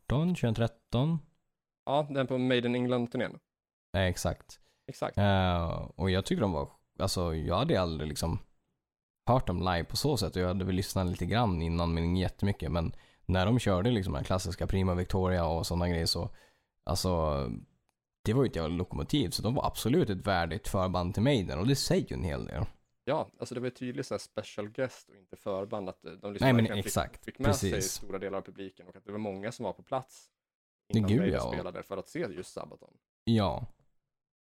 A: 2013.
B: Ja, den på Made in England-turnén.
A: Nej, exakt.
B: Exakt.
A: Eh, och jag tyckte de var, alltså jag hade aldrig liksom hört dem live på så sätt och jag hade väl lyssnat lite grann innan men inte jättemycket men när de körde liksom den här klassiska Prima Victoria och sådana grejer så alltså det var ju ett jävla lokomotiv så de var absolut ett värdigt förband till Maiden och det säger ju en hel del.
B: Ja, alltså det var ju tydligt så här special guest och inte förband att eh, de liksom
A: Nej men
B: verkligen
A: exakt,
B: fick, fick med sig
A: precis.
B: stora delar av publiken och att det var många som var på plats
A: Det
B: innan
A: gud,
B: Maiden
A: ja.
B: spelade för att se just Sabaton.
A: Ja,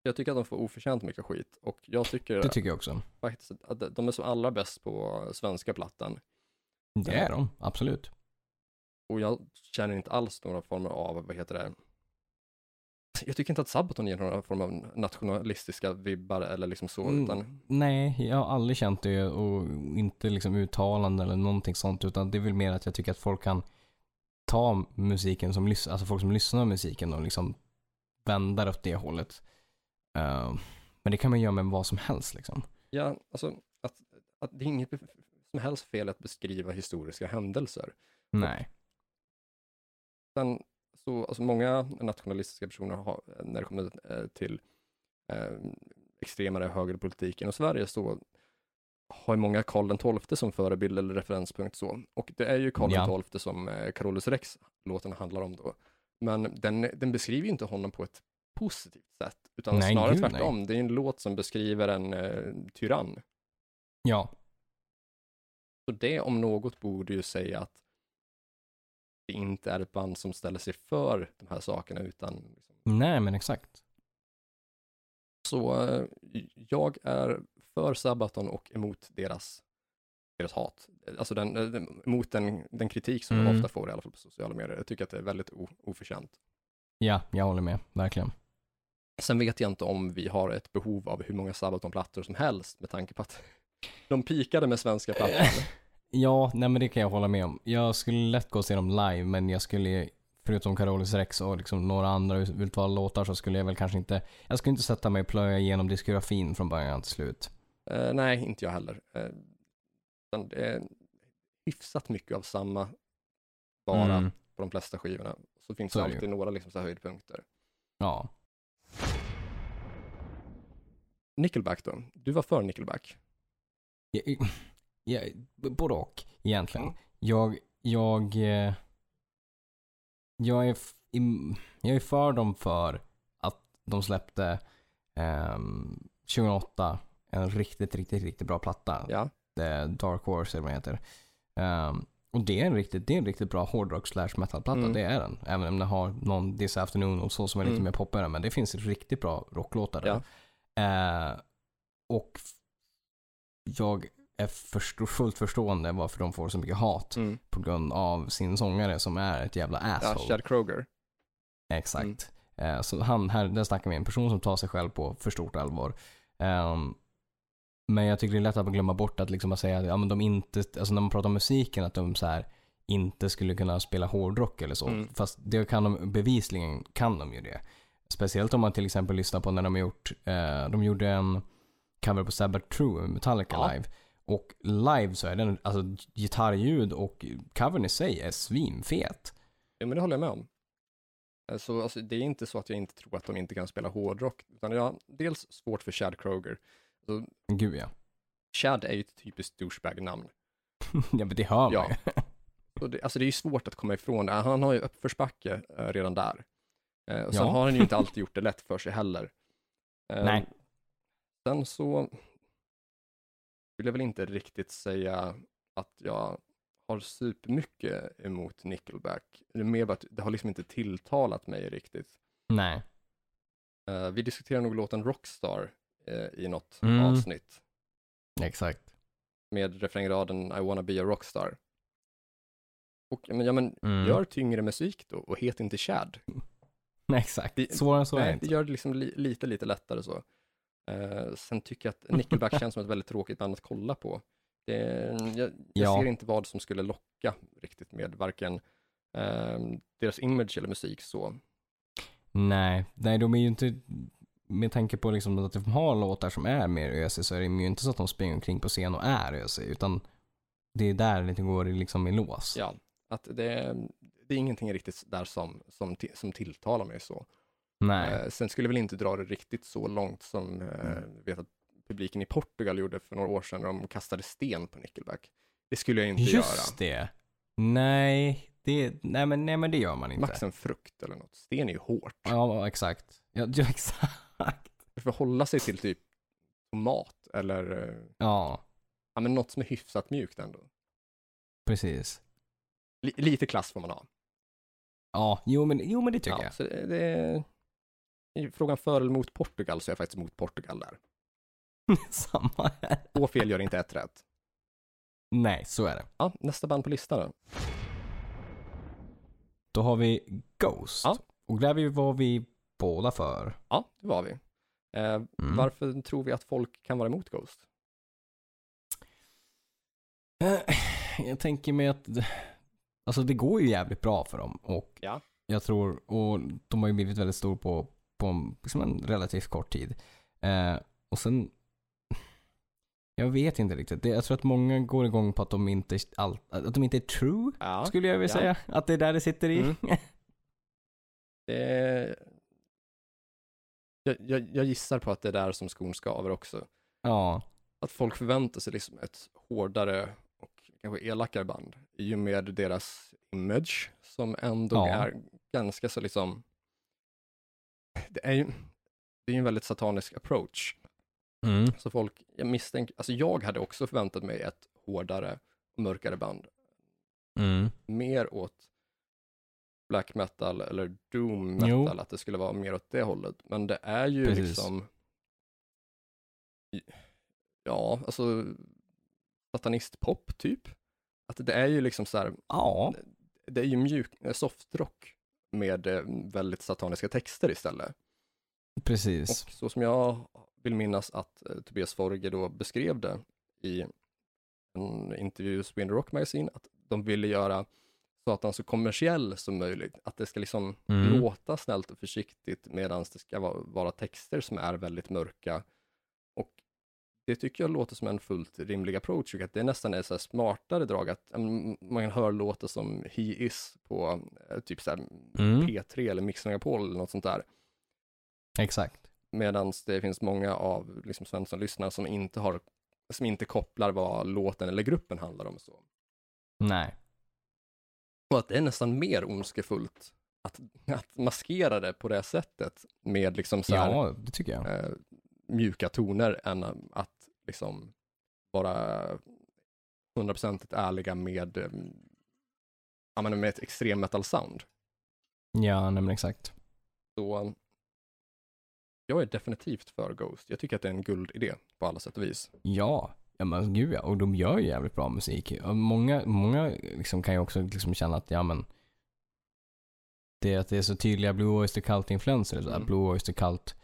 B: Jag tycker att de får oförtjänt mycket skit och jag tycker
A: det tycker jag också.
B: faktiskt att de är som allra bäst på svenska plattan
A: Det är de, absolut.
B: och jag känner inte alls några former av, vad heter det, jag tycker inte att Sabaton ger några form av nationalistiska vibbar eller liksom så,
A: Mm.
B: utan
A: Nej, jag har aldrig känt det och inte liksom uttalanden eller någonting sånt utan det är väl mer att jag tycker att folk kan ta musiken som lyssnar, alltså folk som lyssnar på musiken och liksom vända det åt det hållet. Eh, men det kan man göra med vad som helst liksom.
B: ja, alltså att, att det är inget be- som helst fel att beskriva historiska händelser.
A: Nej.
B: Sen så, alltså många nationalistiska personer har, när det kommer eh, till eh, extremare högerpolitiken och Sverige så har ju många Karl den XII som förebild eller referenspunkt så. Och det är ju Karl
A: Ja.
B: den XII som eh, Carolus Rex låten handlar om då. Men den, den beskriver ju inte honom på ett positivt sätt, utan
A: Nej,
B: snarare
A: gud, nej.
B: tvärtom. Det är ju en låt som beskriver en eh, tyrann.
A: Ja,
B: Så det om något borde ju säga att det inte är ett band som ställer sig för de här sakerna utan liksom.
A: nej men exakt.
B: så eh, jag är för Sabaton och emot deras, deras hat. Alltså den, eh, den- emot den, den kritik som de
A: Mm.
B: ofta får i alla fall på sociala medier. Jag tycker att det är väldigt o, oförtjänt.
A: Ja, jag håller med, verkligen.
B: Sen vet jag inte om vi har ett behov av hur många Sabaton-plattor som helst med tanke på att de pikade med svenska plattor.
A: Ja, nej men det kan jag hålla med om. Jag skulle lätt gå och se dem live, men jag skulle, förutom Carolis Rex och liksom några andra utvalda låtar, så skulle jag väl kanske inte, jag skulle inte sätta mig och plöja igenom diskografin från början till slut.
B: Eh, nej, inte jag heller. Eh, utan det är hyfsat mycket av samma vara
A: Mm.
B: på de flesta skivorna. Så finns
A: Så
B: det
A: är det ju.
B: alltid några liksom så här höjdpunkter.
A: Ja.
B: Nickelback då? Du var för Nickelback.
A: Jag, jag, både och egentligen.
B: Mm.
A: Jag, jag, eh, jag, är, f- im- jag är för dem för att de släppte ehm, 2008 en riktigt, riktigt, riktigt bra platta.
B: Ja.
A: The Dark Horse eller vad den heter. Ehm, och det är en riktigt, det är en riktigt bra hårdrock slash metalplatta,
B: Mm.
A: det är den. Även om den har någon This Afternoon och så som är lite
B: Mm.
A: mer poppigare, men det finns riktigt bra rocklåtar där.
B: Ja.
A: Eh, och f- jag är förstå- fullt förstående varför de får så mycket hat
B: Mm.
A: på grund av sin sångare som är ett jävla
B: ja,
A: asshole.
B: Chad Kroger.
A: Exakt.
B: Mm.
A: Eh, så han, här, där snackar vi en person som tar sig själv på för stort allvar. Ehm, men jag tycker det är lätt att glömma bort att liksom att säga att ja, men de inte, alltså när man pratar om musiken, att de så här inte skulle kunna spela hårdrock eller så.
B: Mm.
A: Fast det kan de, bevisligen kan de ju det. Speciellt om man till exempel lyssnar på när de har gjort, eh, de gjorde en cover på Sabbath True, Metallica
B: Ja.
A: live. Och live så är den, alltså gitarrljud och covern i sig är svinfet.
B: Ja, men det håller jag med om. Eh, Så alltså, det är inte så att jag inte tror att de inte kan spela hårdrock, utan jag har dels svårt för Chad Kroger.
A: Gud ja.
B: Chad är ju ett typiskt douchebag-namn.
A: ja men det hör man
B: Ja.
A: ju.
B: Så det, alltså det är ju svårt att komma ifrån det. Han har ju uppförsbacke eh, redan där. Eh, och sen
A: Ja.
B: har han ju inte alltid gjort det lätt för sig heller. Eh,
A: Nej.
B: Sen så vill jag väl inte riktigt säga att jag har supermycket emot Nickelback. Det är mer bara att det har liksom inte tilltalat mig riktigt.
A: Nej.
B: Eh, vi diskuterade nog låten Rockstar eh, i något
A: Mm.
B: avsnitt
A: Exakt.
B: med refrängraden I wanna be a rockstar. Och men, ja, men,
A: Mm.
B: gör tyngre musik då och het inte Chad.
A: Nej, Exakt.
B: Det-
A: Svårare än så är det
B: Nej, det
A: inte.
B: gör det liksom li, lite, lite lättare så. Eh, sen tycker jag att Nickelback känns som ett väldigt tråkigt band att kolla på. Det, jag jag
A: Ja.
B: ser inte vad som skulle locka riktigt med varken ehm, deras image eller musik så.
A: Nej. Nej, de är ju inte... Med tanke på liksom att de har låtar som är mer ösig så är det ju inte så att de springer omkring på scen och är ösig. Utan det är där det går i liksom i lås.
B: Ja, att det, det är ingenting riktigt där som, som, ti- som tilltalar mig så.
A: Nej.
B: Eh, sen skulle jag väl inte dra det riktigt så långt som eh,
A: Mm.
B: vet att publiken i Portugal gjorde för några år sedan när de kastade sten på Nickelback. Det skulle jag inte
A: Just
B: göra.
A: det. Nej. Det, nej, men, nej, men det gör man inte.
B: Max en frukt eller något. Sten är ju hårt.
A: Ja, exakt. Ja, ja, exakt.
B: Man får hålla sig till typ tomat eller eh,
A: Ja,
B: ja, men något som är hyfsat mjukt ändå.
A: precis.
B: Li- lite klass får man ha.
A: Ja, jo men, jo, men det tycker
B: Ja,
A: jag.
B: så det, det är i frågan för eller mot Portugal så är jag faktiskt mot Portugal där.
A: Samma här.
B: Två fel gör inte ett rätt.
A: Nej, så är det.
B: Ja, nästa band på listan då.
A: Då har vi Ghost.
B: Ja.
A: Och där var vi båda för.
B: Ja, det var vi. Eh,
A: Mm.
B: Varför tror vi att folk kan vara emot Ghost?
A: Eh, Jag tänker mig att alltså det går ju jävligt bra för dem och
B: Ja.
A: jag tror, och de har ju blivit väldigt stor på, på en, liksom en relativt kort tid. Eh, och sen, jag vet inte riktigt. Det, jag tror att många går igång på att de inte, all, att de inte är true,
B: Ja,
A: skulle jag vilja
B: ja.
A: säga. Att det är där det sitter i.
B: Mm. det... jag, jag, jag gissar på att det är där som skon skaver också.
A: ja,
B: Att folk förväntar sig liksom ett hårdare och kanske elakare band i och med deras image som ändå
A: Ja.
B: är ganska så liksom... Det är ju det är ju en väldigt satanisk approach.
A: mm.
B: Så folk, jag misstänker, alltså jag hade också förväntat mig ett hårdare och mörkare band
A: Mm.
B: mer åt black metal eller doom metal,
A: Jo.
B: att det skulle vara mer åt det hållet. Men det är ju
A: Precis.
B: liksom, ja, alltså satanistpop typ. Att det är ju liksom så här,
A: ja,
B: det är ju mjuk, eh, softrock med eh, väldigt sataniska texter istället.
A: Precis.
B: Och så som jag vill minnas att eh, Tobias Forge då beskrev det i en intervju i Sweden Rock Magazine, att de ville göra satan så kommersiell som möjligt. Att det ska liksom
A: Mm.
B: låta snällt och försiktigt medan det ska va- vara texter som är väldigt mörka. Och det tycker jag låter som en fullt rimlig approach och att det nästan är så här smartare drag att ja, men, man hör låtar som He Is på eh, typ så här
A: Mm.
B: P3 eller Mix Megapol eller något sånt där.
A: Exakt.
B: Medan det finns många av liksom, Svensson-lyssnare som inte har som inte kopplar vad låten eller gruppen handlar om. Så.
A: Nej.
B: Och att det är nästan mer ondskefullt att, att maskera det på det sättet med liksom så här,
A: Ja, det tycker jag.
B: eh, mjuka toner än att liksom vara hundraprocentigt ärliga med, eh, ja, men med ett extrem metal sound.
A: Ja, nej men exakt.
B: Så eh, jag är definitivt för Ghost. Jag tycker att det är en guldidé på alla sätt och vis.
A: Ja, ja men alltså, gud ja. Och de gör ju jävligt bra musik. Och Många, många liksom kan ju också liksom känna att, ja men. Det är att det är så tydliga Blue Oyster Cult-influenser. Mm.
B: Mm.
A: Blue Oyster Cult,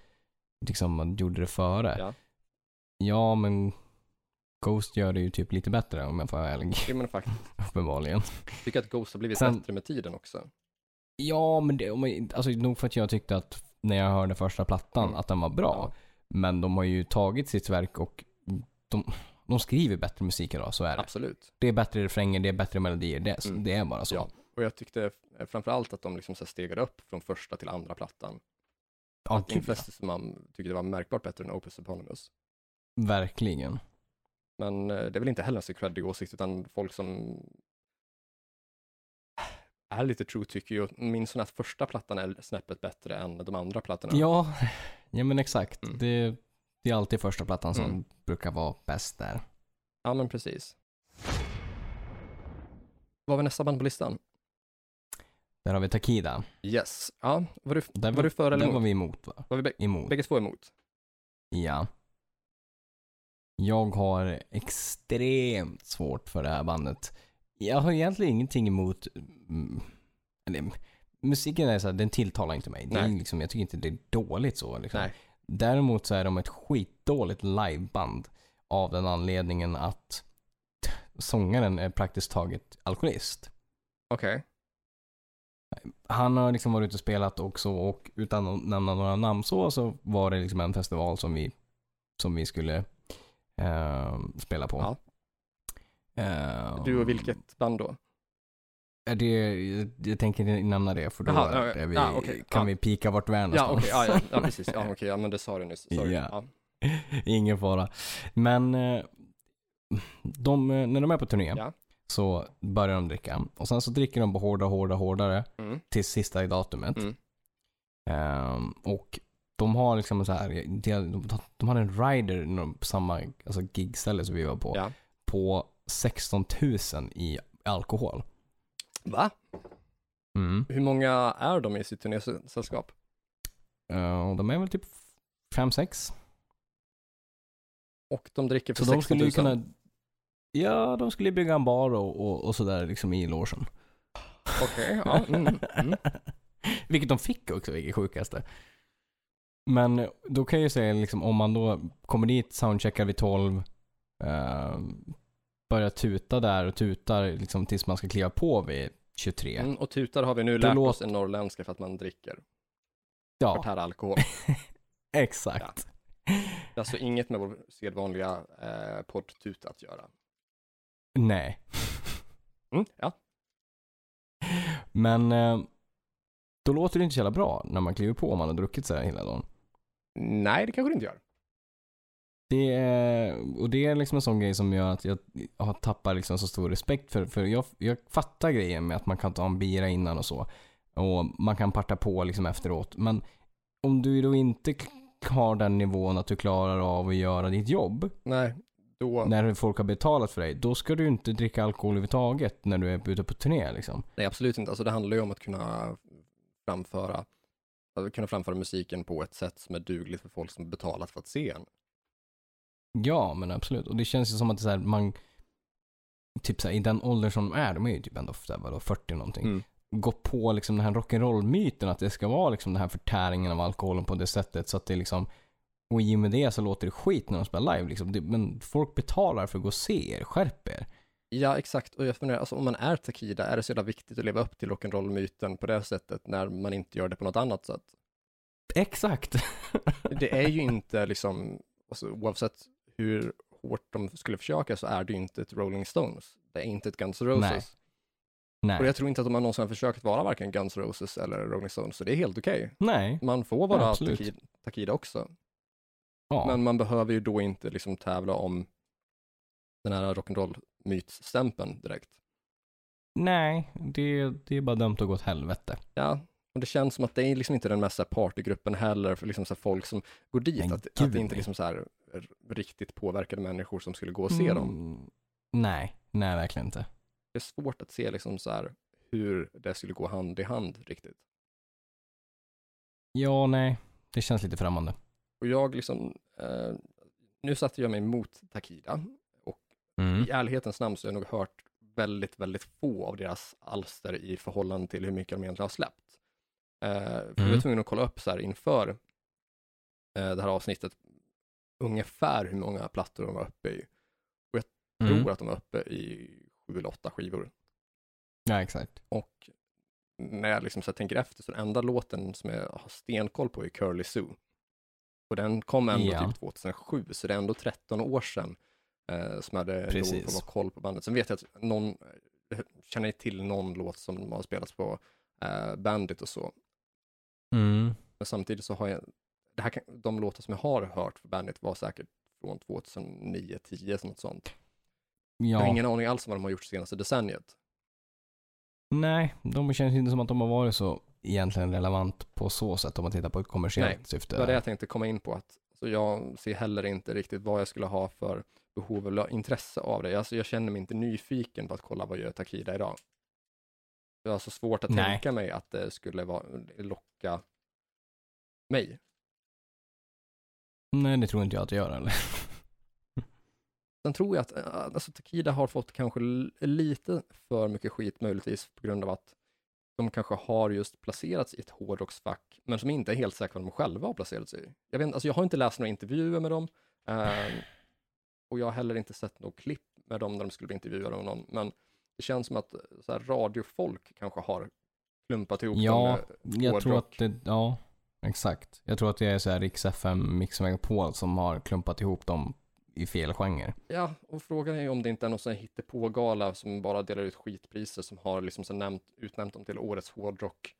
A: liksom man gjorde det före.
B: Ja.
A: Ja, men Ghost gör det ju typ lite bättre om jag får vara ärlig,
B: Ja, men faktiskt.
A: uppenbarligen.
B: Jag tycker att Ghost har blivit
A: Sen-
B: bättre med tiden också.
A: Ja, men det, om man- alltså, nog för att jag tyckte att när jag hörde första plattan
B: Mm.
A: att den var bra.
B: Ja.
A: Men de har ju tagit sitt verk och de, de skriver bättre musik idag, så är det.
B: Absolut.
A: Det är bättre refränger, det är bättre melodier, det,
B: Mm.
A: det är bara så.
B: Ja. Och jag tyckte eh, framförallt att de liksom så här stegade upp från första till andra plattan.
A: Ja, gud, ja.
B: Infestus som man tyckte var märkbart bättre än Opus Eponymous.
A: Verkligen.
B: Men eh, det är väl inte heller en så creddig åsikt, utan folk som är lite true tycker ju åtminstone att första plattan är snäppet bättre än de andra plattorna.
A: Ja, ja men exakt.
B: Mm.
A: Det, det är alltid första plattan som
B: Mm.
A: brukar vara bäst där.
B: ja men precis. Vad var nästa band på listan?
A: Där har vi Takida.
B: Yes. Ja, var du,
A: Där
B: var du för eller
A: där var
B: emot?
A: vi emot va?
B: Var vi bä-
A: Emot.
B: bägge två emot?
A: Ja. Jag har extremt svårt för det här bandet. Jag har egentligen ingenting emot... mm, Eller, musiken är så här, den tilltalar inte mig. Det är
B: Nej.
A: liksom, jag tycker inte det är dåligt så. Liksom.
B: Nej.
A: Däremot så är de ett skitdåligt liveband av den anledningen att t- sångaren är praktiskt taget alkoholist.
B: Okej.
A: Han har liksom varit ute och spelat också och utan att nämna några namn så, så var det liksom en festival som vi, som vi skulle eh, spela på.
B: Ja.
A: Eh,
B: Du och vilket band då?
A: är Det, jag, jag tänker inte nämna det för då
B: Jaha, ja,
A: är vi,
B: ja, okej,
A: kan
B: ja.
A: vi pika vart vi är
B: Ja,
A: någonstans.
B: okej, ja, ja, ja, precis. Ja, okej, ja, men det sa du nyss. Sorry.
A: Ja.
B: Ja.
A: Ingen fara. Men eh, de, eh, när de är på turné
B: Ja.
A: så börjar de dricka. Och sen så dricker de på hårda, hårda, hårdare
B: Mm.
A: till sista i datumet.
B: Mm.
A: Ehm, och de har liksom så här, de, de, de hade en rider när de- på samma alltså gigställe som vi var på.
B: Ja.
A: På 16 000 i alkohol.
B: Va?
A: Mm.
B: Hur många är de i sitt turnésällskap?
A: Eh, och de är väl typ 5-6.
B: Och de dricker för
A: Så de
B: 16
A: skulle
B: 000?
A: ju kunna... Ja, de skulle bygga en bar och, och, och sådär liksom i logen.
B: Okej, ja. Mm. Mm.
A: Vilket de fick också, vilket sjukaste. Men då kan jag ju säga liksom om man då kommer dit, soundcheckar vid 12, eh, börjar tuta där och tutar liksom tills man ska kliva på vid 23.
B: Mm. Och tutar har vi nu
A: Det
B: lärt oss
A: låter-
B: en norrländska för att man dricker
A: ja,
B: förtär alkohol.
A: exakt.
B: Det är alltså inget med vår sedvanliga eh, poddtuta att göra.
A: Nej.
B: Mm. Ja.
A: Men eh, då låter det inte så jävla bra när man kliver på om man har druckit så här hela dagen.
B: Nej, det kanske det inte gör.
A: Det är, och det är liksom en sån grej som gör att jag har tappat liksom så stor respekt för, för jag, jag fattar grejen med att man kan ta en bira innan och så. Och man kan parta på liksom efteråt. Men om du då inte k- har den nivån att du klarar av att göra ditt jobb
B: Nej, då... Nej,
A: när folk har betalat för dig, då ska du inte dricka alkohol överhuvudtaget när du är ute på turné liksom.
B: absolut inte. Alltså det handlar ju om att kunna framföra, att kunna framföra musiken på ett sätt som är dugligt för folk som betalat för att se en.
A: Ja, men absolut. Och det känns ju som att det är så
B: Mm.
A: här, man, typ så här, i den åldern som de är, de är ju typ ändå så här, vadå, 40 någonting. gått på liksom den här rock'n'roll-myten att det ska vara liksom den här förtäringen av alkoholen på det sättet. Så att det liksom, och i och med det så låter det skit när de spelar live. Liksom. Det, men folk betalar för att gå och se er, skärp er.
B: Ja, exakt. Och jag funderar, alltså, om man är Takida, är det så jävla viktigt att leva upp till rock'n'roll-myten på det här sättet när man inte gör det på något annat sätt?
A: Exakt!
B: Det är ju inte liksom, alltså, oavsett hur hårt de skulle försöka så är det ju inte ett Rolling Stones. Det är inte ett Guns N' Roses.
A: Nej.
B: Och
A: Nej.
B: jag tror inte att de har någonsin har försökt vara varken Guns N' Roses eller Rolling Stones, så det är helt okej.
A: Nej.
B: Man får vara
A: Ja, absolut.
B: Takida, Takida också,
A: Ja.
B: men man behöver ju då inte liksom tävla om den här rock'n'roll-mytstämpeln direkt.
A: Nej, det, det är bara dömt att gå åt helvete.
B: Ja, och det känns som att det är liksom inte den mest så här partygruppen heller, för liksom så här folk som går dit,
A: Men
B: att,
A: gud,
B: att det inte
A: nej.
B: liksom så här r- riktigt påverkade människor som skulle gå och se dem.
A: Mm. Nej, nej verkligen inte.
B: Det är svårt att se liksom så här hur det skulle gå hand i hand riktigt.
A: Ja, nej. Det känns lite främmande.
B: Och jag liksom, eh, nu satte jag mig mot Takida.
A: Mm.
B: I ärlighetens namn så har jag nog hört väldigt, väldigt få av deras alster i förhållande till hur mycket de egentligen har släppt. Eh, för Jag var
A: Mm.
B: tvungen att kolla upp så här inför eh, det här avsnittet ungefär hur många plattor de var uppe i.
A: Mm.
B: Tror att de var uppe i sju eller åtta skivor.
A: Ja, exakt.
B: Och när jag liksom så här tänker efter så den enda låten som jag har stenkoll på är Curly Sue. Och den kom ändå
A: Ja.
B: typ 2007, så det är ändå 13 år sedan eh, som jag hade då
A: Precis.
B: på att vara koll på bandet. Sen vet jag att någon, jag känner till någon låt som har spelats på eh, bandet och så.
A: Mm.
B: Men samtidigt så har jag, det här kan, de låtar som jag har hört för bandet var säkert från 2009, 10 något sånt. Jag har
A: Ja.
B: ingen aning alls om vad de har gjort senaste decenniet.
A: Nej, de känns inte som att de har varit så egentligen relevant på så sätt om man tittar på ett kommersiellt
B: Nej,
A: syfte.
B: Det var det jag tänkte komma in på. Att, alltså jag ser heller inte riktigt vad jag skulle ha för behov eller intresse av det. Alltså jag känner mig inte nyfiken på att kolla vad gör Takida idag. Jag har så svårt att
A: Nej.
B: tänka mig att det skulle vara, locka mig.
A: Nej, det tror inte jag att det gör eller?
B: Sen tror jag att eh, alltså, Takida har fått kanske l- lite för mycket skit möjligtvis på grund av att de kanske har just placerats i ett hårdrocksfack, men som inte är helt säkra på vad de själva har placerats i. Jag, vet, inte, alltså, jag har inte läst några intervjuer med dem eh, och jag har heller inte sett något klipp med dem när de skulle bli intervjuade av någon, men det känns som att eh, så här, radiofolk kanske har klumpat ihop dem.
A: Ja,
B: med-
A: jag tror att
B: hårdrock.
A: det, ja, exakt. Jag tror att det är så här Rix FM, Mix Megapol som har klumpat ihop dem i fel genre.
B: Ja, och frågan är ju om det inte är någon sån här hittepågala som bara delar ut skitpriser som har liksom så nämnt, utnämnt dem till årets hårdrock.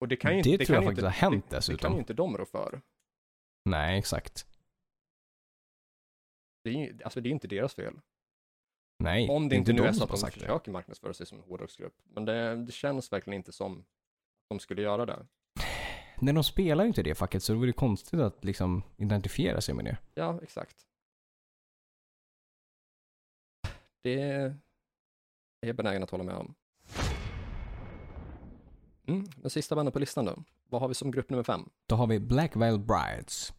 B: Och det kan ju
A: Det
B: inte,
A: tror jag
B: kan ju
A: faktiskt
B: inte,
A: har hänt
B: det, Det kan
A: dessutom.
B: ju inte de rå för.
A: Nej, exakt.
B: Det är ju alltså det är ju inte deras fel.
A: Nej,
B: Om det inte
A: de
B: nu är så
A: som
B: att de
A: har sagt det.
B: försöker marknadsföra sig som en hårdrocksgrupp. Men det, det känns verkligen inte som att de skulle göra det.
A: Nej, de spelar ju inte det facket så det vore ju konstigt att liksom identifiera sig med det.
B: Ja, exakt. Det är jag benägen att hålla med om. Mm, men sista bandet på listan då. Vad har vi som grupp nummer fem?
A: Då har vi Black Veil Brides.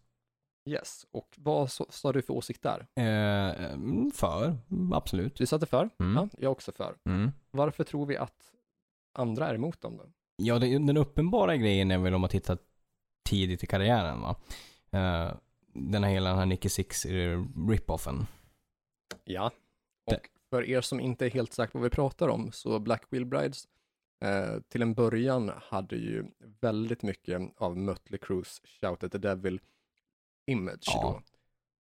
B: Yes, och vad så- sa du för åsikt där?
A: Eh, mm, för, Mm, absolut.
B: Du satte för?
A: Mm.
B: Ja, jag också för.
A: Mm.
B: Varför tror vi att andra är emot dem då?
A: Ja, det, den uppenbara grejen är väl om man tittar tidigt i karriären va. Eh, den här hela den här Nicky Six eh, rip-offen.
B: Ja, och för er som inte är helt säkra på vad vi pratar om, så Black Wheel Brides eh, till en början hade ju väldigt mycket av Mötley Crües Shout at the Devil image
A: Ja.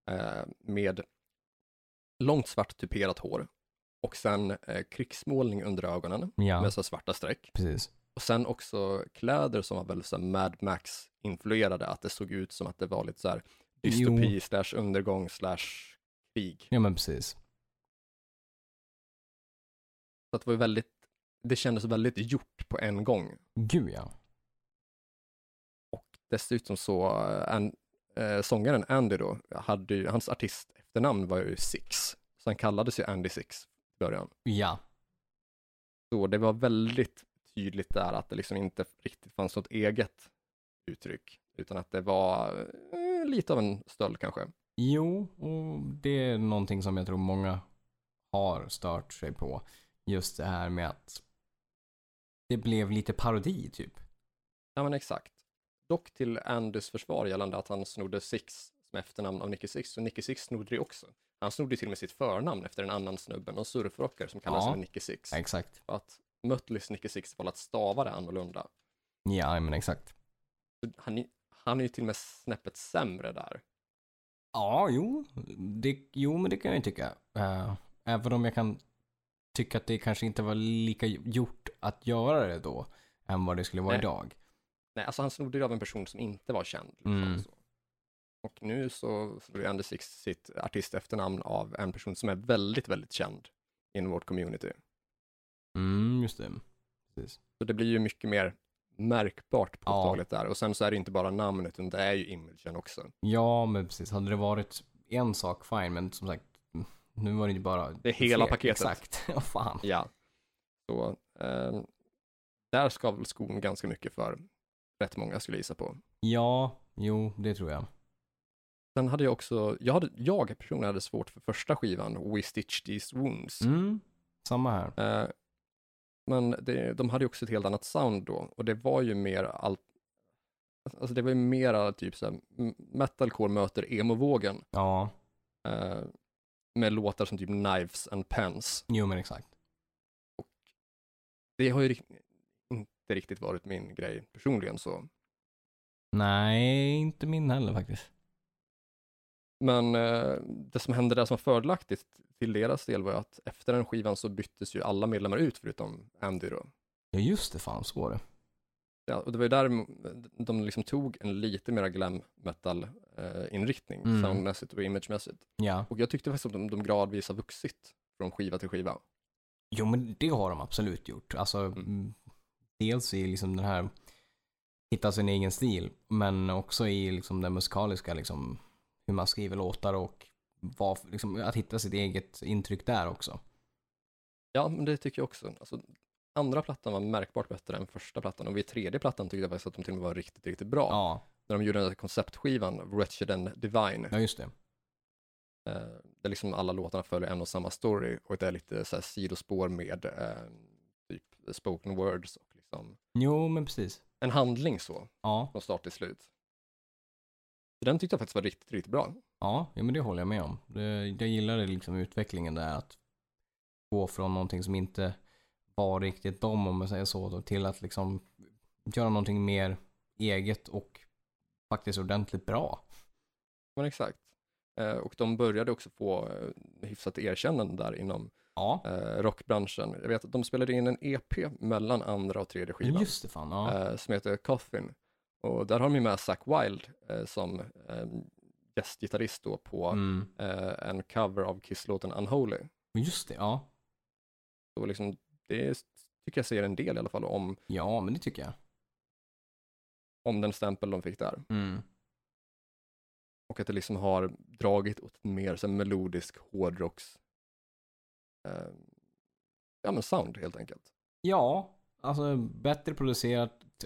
B: då. Eh, med långt svart tuperat hår och sen eh, krigsmålning under ögonen
A: Ja,
B: med så här svarta streck.
A: precis.
B: Och sen också kläder som var väldigt så här Mad Max-influerade, att det såg ut som att det var lite så här dystopi slash undergång slash krig.
A: Ja, men precis.
B: Så att det var ju väldigt, det kändes väldigt gjort på en gång.
A: Gud ja.
B: Och dessutom så, eh, en, eh, sångaren Andy då, hade ju, hans artist efternamn var ju Six. Så han kallades ju Andy Six i början.
A: Ja.
B: Så det var väldigt tydligt där att det liksom inte riktigt fanns något eget uttryck, utan att det var eh, lite av en stöld kanske.
A: Jo, och det är någonting som jag tror många har stört sig på. Just det här med att det blev lite parodi typ.
B: Ja men exakt. Dock till Andys försvar gällande att han snodde Six som efternamn av Nicky Six, och Nicky Six snodde det också. Han snodde till och med sitt förnamn efter en annan snubben, en surfrockare som kallades
A: Ja.
B: för Nicky Six.
A: Exakt.
B: Och att Mötleys Nicky Six valde att stava det annorlunda.
A: Ja, men exakt.
B: Så Han, är- han är ju till och med snäppet sämre där.
A: Ja, jo. Det, jo, men det kan jag ju tycka. Eh, även om jag kan tycka att det kanske inte var lika gjort att göra det då än vad det skulle vara
B: Nej.
A: idag.
B: Nej, alltså han snodde det av en person som inte var känd. Liksom,
A: Mm.
B: så. Och nu så snodde Andy Six sitt artistefternamn av en person som är väldigt, väldigt känd inom vårt community.
A: Mm, just det. Precis.
B: Så det blir ju mycket mer märkbart påtagligt där. Och sen så är det inte bara namnet, utan det är ju imagen också.
A: Ja, men precis. Hade det varit en sak, fine. Men som sagt, nu var det ju bara...
B: Det är hela
A: fler.
B: paketet.
A: Exakt. Ja, fan.
B: Ja. Så ehm, där ska väl skon ganska mycket för rätt många skulle jag gissa på.
A: Ja, jo, det tror jag.
B: Sen hade jag också, jag, hade, jag personligen hade svårt för första skivan, We Stitch These Wounds.
A: Mm. Samma här.
B: Eh, men det, de hade ju också ett helt annat sound då och det var ju mer allt Alltså det var ju mera typ såhär, m- metalcore möter emo-vågen
A: Ja,
B: eh, med låtar som typ Knives and Pens.
A: jo men exakt.
B: Det har ju rikt- inte riktigt varit min grej personligen så.
A: Nej, inte min heller faktiskt.
B: Men eh, det som hände där som var fördelaktigt till deras del var ju att efter den skivan så byttes ju alla medlemmar ut förutom Andy då.
A: Ja, just det. Fan, så var det.
B: Ja, och det var ju där de liksom tog en lite mera glam metal eh, inriktning,
A: Mm.
B: soundmässigt och imagemässigt.
A: Ja.
B: Och jag tyckte faktiskt att de, de gradvis har vuxit från skiva till skiva.
A: Jo, men det har de absolut gjort. Alltså,
B: Mm.
A: dels i liksom den här hitta sin egen stil, men också i liksom den musikaliska, liksom hur man skriver låtar och vad, liksom, att hitta sitt eget intryck där också.
B: Ja, men det tycker jag också. Alltså, andra plattan var märkbart bättre än första plattan och vid tredje plattan tyckte jag faktiskt att de till och med var riktigt, riktigt bra.
A: Ja,
B: När de gjorde den här konceptskivan, Wretched and Divine,
A: ja just det.
B: eh, där liksom alla låtarna följer en och samma story och det är lite så här sidospår med eh, typ spoken words och liksom
A: Jo, men precis.
B: en handling så.
A: Ja,
B: från start till slut. Den tyckte jag faktiskt var riktigt, riktigt bra.
A: ja, ja men det håller jag med om. Det, jag gillade liksom utvecklingen där, att gå från någonting som inte var riktigt dem, om man säger så, då, till att liksom göra någonting mer eget och faktiskt ordentligt bra.
B: Men exakt. Eh, och de började också få eh, hyfsat erkännande där inom
A: Ja,
B: eh, rockbranschen. Jag vet att de spelade in en EP mellan andra och tredje skivan
A: just det fan. Ja.
B: eh, som heter Coffin. Och där har de ju med Zack Wild eh, som eh, gästgitarrist då på
A: Mm.
B: eh, en cover av Kiss-låten Unholy.
A: Just det, ja.
B: Så liksom, det tycker jag säger en del i alla fall om,
A: Ja, men det tycker jag.
B: om den stämpel de fick där.
A: Mm.
B: och att det liksom har dragit åt mer så här melodisk hårdrocks eh, ja men sound helt enkelt.
A: Ja, alltså bättre producerat,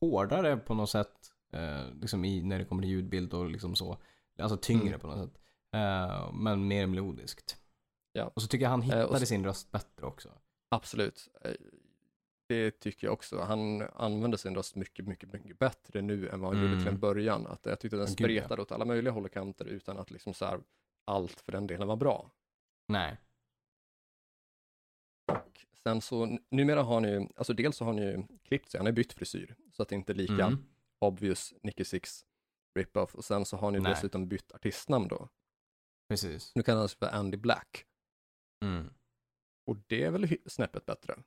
A: hårdare på något sätt, eh, liksom i, när det kommer till ljudbild och liksom så. Alltså tyngre
B: Mm.
A: på något sätt. Eh, men mer melodiskt.
B: Ja.
A: Och så tycker jag han
B: Eh, och
A: hittade
B: så-
A: sin röst bättre också.
B: Absolut. Eh, Det tycker jag också. Han använder sin röst mycket, mycket, mycket bättre nu än vad han gjorde
A: Mm.
B: till en början. Att jag tyckte den
A: Ja, gud, ja.
B: spretade åt alla möjliga håll och kanter utan att liksom så här, allt för den delen var bra.
A: Nej.
B: Och sen så, n- numera har han ju, alltså dels så har han ju klippt sig, han har ju bytt frisyr, så att det inte är lika
A: Mm.
B: obvious Nicky Six rip-off. Och sen så har han ju
A: Nej.
B: dessutom bytt artistnamn då.
A: Precis.
B: Nu kallas han för Andy Black.
A: Mm.
B: Och det är väl hy- snäppet bättre.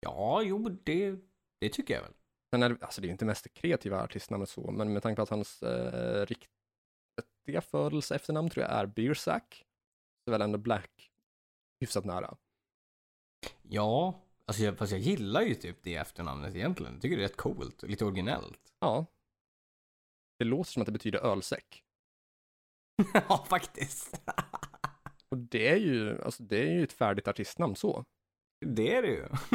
A: Ja, jo, det, det tycker jag väl.
B: Sen är det, alltså det är ju inte mest det kreativa artistnamnet så, men med tanke på att hans eh, riktiga födelse efternamn tror jag är Beersack, så är väl ändå Black hyfsat nära.
A: Ja, alltså jag, fast jag gillar ju typ det efternamnet egentligen. Jag tycker det är rätt coolt, lite originellt.
B: Ja. Det låter som att det betyder ölsäck.
A: ja, faktiskt.
B: Och det är ju, alltså det är ju ett färdigt artistnamn så.
A: det är det ju.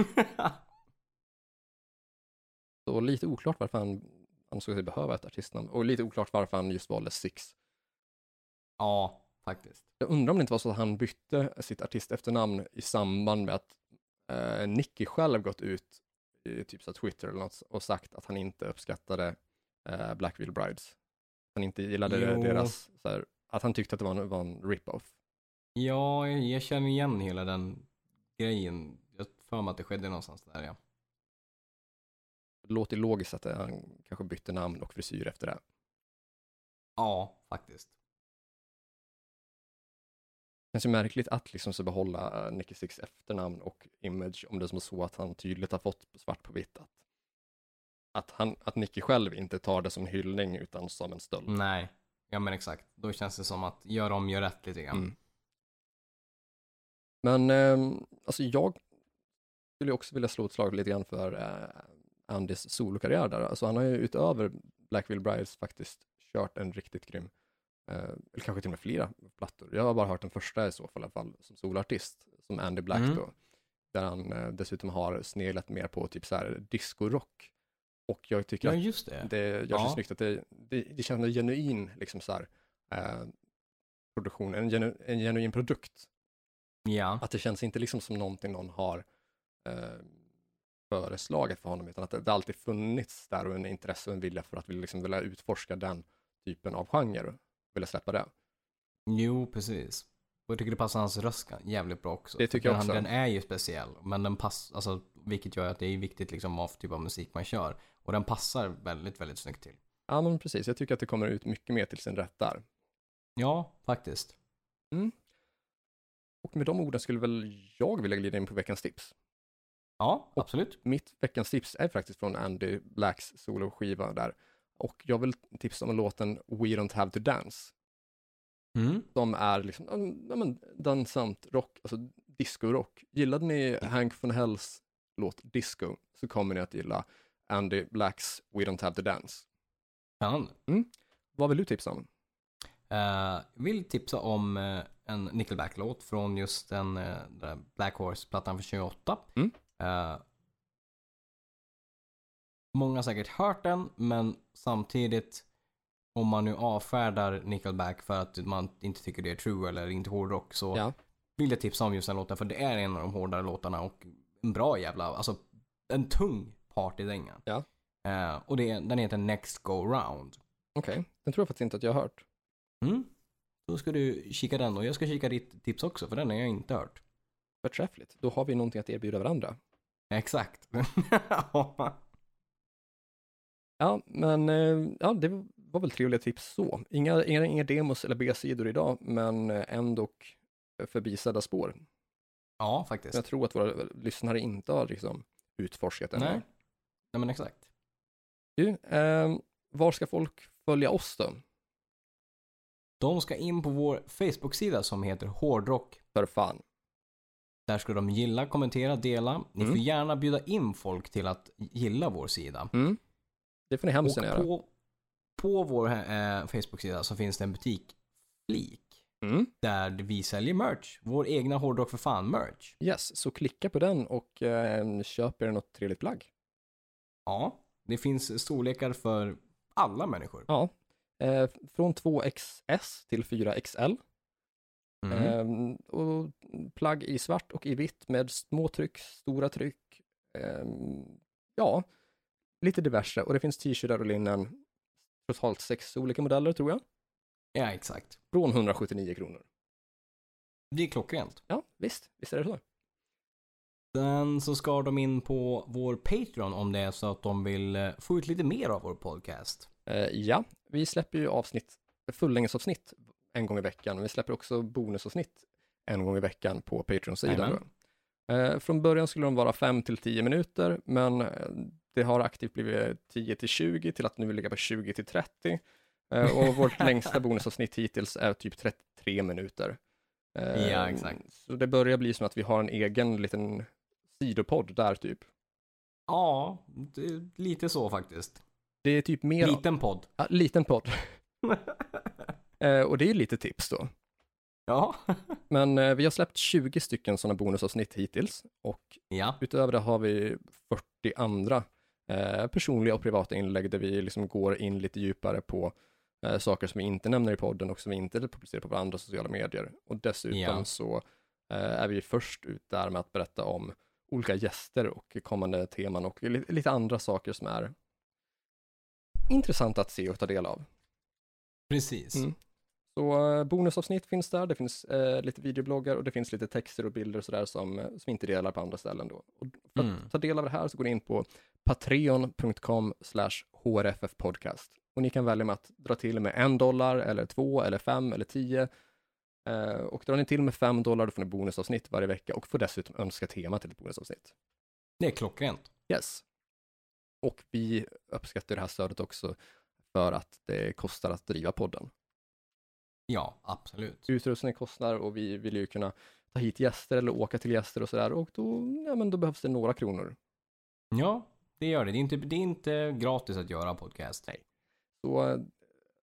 B: Så lite oklart varför han ansåg sig behöva ett artistnamn och lite oklart varför han just valde Six.
A: ja, faktiskt.
B: Jag undrar om det inte var så att han bytte sitt artist efternamn i samband med att eh, Nicky själv gått ut i typ så här Twitter eller något och sagt att han inte uppskattade eh, Blackville Brides. Han inte gillade
A: Jo.
B: deras, så här, att han tyckte att det var en, var en rip-off.
A: Ja, jag jag känner igen hela den grejen. Jag har för mig att det skedde någonstans där ja.
B: Det låter ju logiskt att eh, han kanske bytte namn och frisyr efter det.
A: Ja, faktiskt.
B: känns ju märkligt att liksom så behålla eh, Nicky Six efternamn och image om det som så att han tydligt har fått svart på vitt att, att, han, att Nicky själv inte tar det som hyllning utan som en stöld.
A: Nej, ja men exakt. Då känns det som att gör om, gör rätt lite grann.
B: Mm. Men ehm, alltså jag skulle ju också vilja slå ett slag lite grann för eh, Andys solokarriär där. Alltså han har ju utöver Blackville Brides faktiskt kört en riktigt grym, eh, eller kanske till och med flera plattor. Jag har bara hört den första i så fall, i alla fall som soloartist, som Andy Black
A: Mm.
B: då. Där han eh, dessutom har sneglat mer på typ så här discorock. Och jag tycker
A: Ja,
B: att
A: just det.
B: det görs
A: Ja.
B: så snyggt att det, det, det känns en genuin liksom så här, eh, produktion, en, genu, en genuin produkt.
A: Ja,
B: Att det känns inte liksom som någonting någon har eh, föreslagit för honom, utan att det, det alltid funnits där och en intresse och en vilja för att vilja, liksom, vilja utforska den typen av genre och vilja släppa det.
A: jo precis. Och jag tycker det passar hans röst jävligt bra också.
B: Det tycker jag
A: den,
B: också.
A: Den är ju speciell, men den passar, alltså, vilket gör att det är viktigt liksom vad för typ av musik man kör. Och den passar väldigt, väldigt snyggt till.
B: Ja, men precis. Jag tycker att det kommer ut mycket mer till sin rätt där.
A: Ja, faktiskt.
B: Och med de orden skulle väl jag vilja glida in på veckans tips.
A: Ja, absolut.
B: mitt veckans tips är faktiskt från Andy Blacks soloskiva där. Och jag vill tipsa om låten We Don't Have To Dance.
A: Mm.
B: Som är liksom, ja men dansant rock, alltså disco-rock. Gillade ni Hank von Hells låt Disco så kommer ni att gilla Andy Blacks We Don't Have To Dance.
A: Spännande.
B: Vad vill du tipsa om?
A: Eh, vill tipsa om eh, en Nickelback-låt från just den eh, där Black Horse-plattan från 28.
B: Mm.
A: Eh, många har säkert hört den, men samtidigt om man nu avfärdar Nickelback för att man inte tycker det är true eller inte hårdrock så
B: Ja.
A: vill jag tipsa om just den låten för det är en av de hårdare låtarna och en bra jävla, alltså en tung partydänga.
B: Ja.
A: Eh, och det, den heter Next Go Round.
B: Okej, den tror jag faktiskt inte att jag har hört.
A: Mm. Då ska du kika den och jag ska kika ditt tips också för den har jag inte hört.
B: Förträffligt, då har vi någonting att erbjuda varandra.
A: Exakt.
B: Ja, men eh, ja, det var väl trevliga tips så. Inga, inga, inga demos eller B-sidor idag, men eh, ändå förbisedda spår.
A: ja, faktiskt.
B: Jag tror att våra eh, lyssnare inte har liksom utforskat än.
A: Nej. Nej, men exakt.
B: Du, eh, var ska folk följa oss då?
A: De ska in på vår Facebook-sida som heter Hårdrock.
B: För fan.
A: Där ska de gilla, kommentera, dela. Ni
B: Mm.
A: får gärna bjuda in folk till att gilla vår sida.
B: Mm. Det får ni hemskt gärna
A: Och
B: göra.
A: på, på vår eh, Facebook-sida så finns det en butikflik
B: Mm.
A: där vi säljer merch. Vår egna Hårdrock för fan-merch.
B: Yes, så klicka på den och eh, köp er något trevligt plagg.
A: Ja, det finns storlekar för alla människor.
B: Ja. Eh, från 2XS till 4XL.
A: Mm.
B: Ehm, och plagg i svart och i vitt med små tryck, stora tryck. Ehm, ja, lite diverse. Och det finns t-shirtar och linnen. Totalt sex olika modeller tror jag.
A: Ja, exakt.
B: Från 179 kronor.
A: Det är klockrent.
B: Ja, visst. Visst är det så.
A: Sen så ska de in på vår Patreon om det är så att de vill eh, få ut lite mer av vår podcast.
B: Eh, ja, vi släpper ju avsnitt, fullängdsavsnitt en gång i veckan. Men vi släpper också bonusavsnitt en gång i veckan på Patreon-sidan.
A: Jajamän.
B: då. Eh, från början skulle de vara 5 till 10 minuter, men eh, det har aktivt blivit 10 till 20 till att nu ligga på 20 till 30. Eh, och vårt längsta bonusavsnitt hittills är typ 33 minuter. Eh,
A: Ja, exakt.
B: Så det börjar bli som att vi har en egen liten sidopodd där typ.
A: Ja, det är lite så faktiskt.
B: Det är typ mer...
A: Liten podd.
B: Ja, liten podd. Eh, och det är ju lite tips då.
A: ja.
B: Men eh, vi har släppt 20 stycken sådana bonusavsnitt hittills och
A: ja.
B: utöver det har vi 40 andra eh, personliga och privata inlägg där vi liksom går in lite djupare på eh, saker som vi inte nämner i podden och som vi inte publicerar på våra andra sociala medier. Och dessutom
A: Ja.
B: så eh, är vi först ut där med att berätta om olika gäster och kommande teman och li- lite andra saker som är intressanta att se och ta del av.
A: Precis.
B: Mm. Så eh, bonusavsnitt finns där, det finns eh, lite videobloggar och det finns lite texter och bilder och sådär som, eh, som vi inte delar på andra ställen då. Och för att
A: Mm.
B: ta del av det här så går ni in på patreon.com hrffpodcast och ni kan välja med att dra till med en dollar eller två eller fem eller tio eh, och drar ni till med fem dollar då får ni bonusavsnitt varje vecka och får dessutom önska tema till ett bonusavsnitt.
A: Det är klockrent.
B: Yes. Och vi uppskattar det här stödet också för att det kostar att driva podden
A: Ja, absolut.
B: utrustning kostar och vi vill ju kunna ta hit gäster eller åka till gäster och sådär och då, ja, men då behövs det några kronor.
A: Ja, det gör det. Det är inte, det är inte gratis att göra podcast. Nej.
B: Så eh,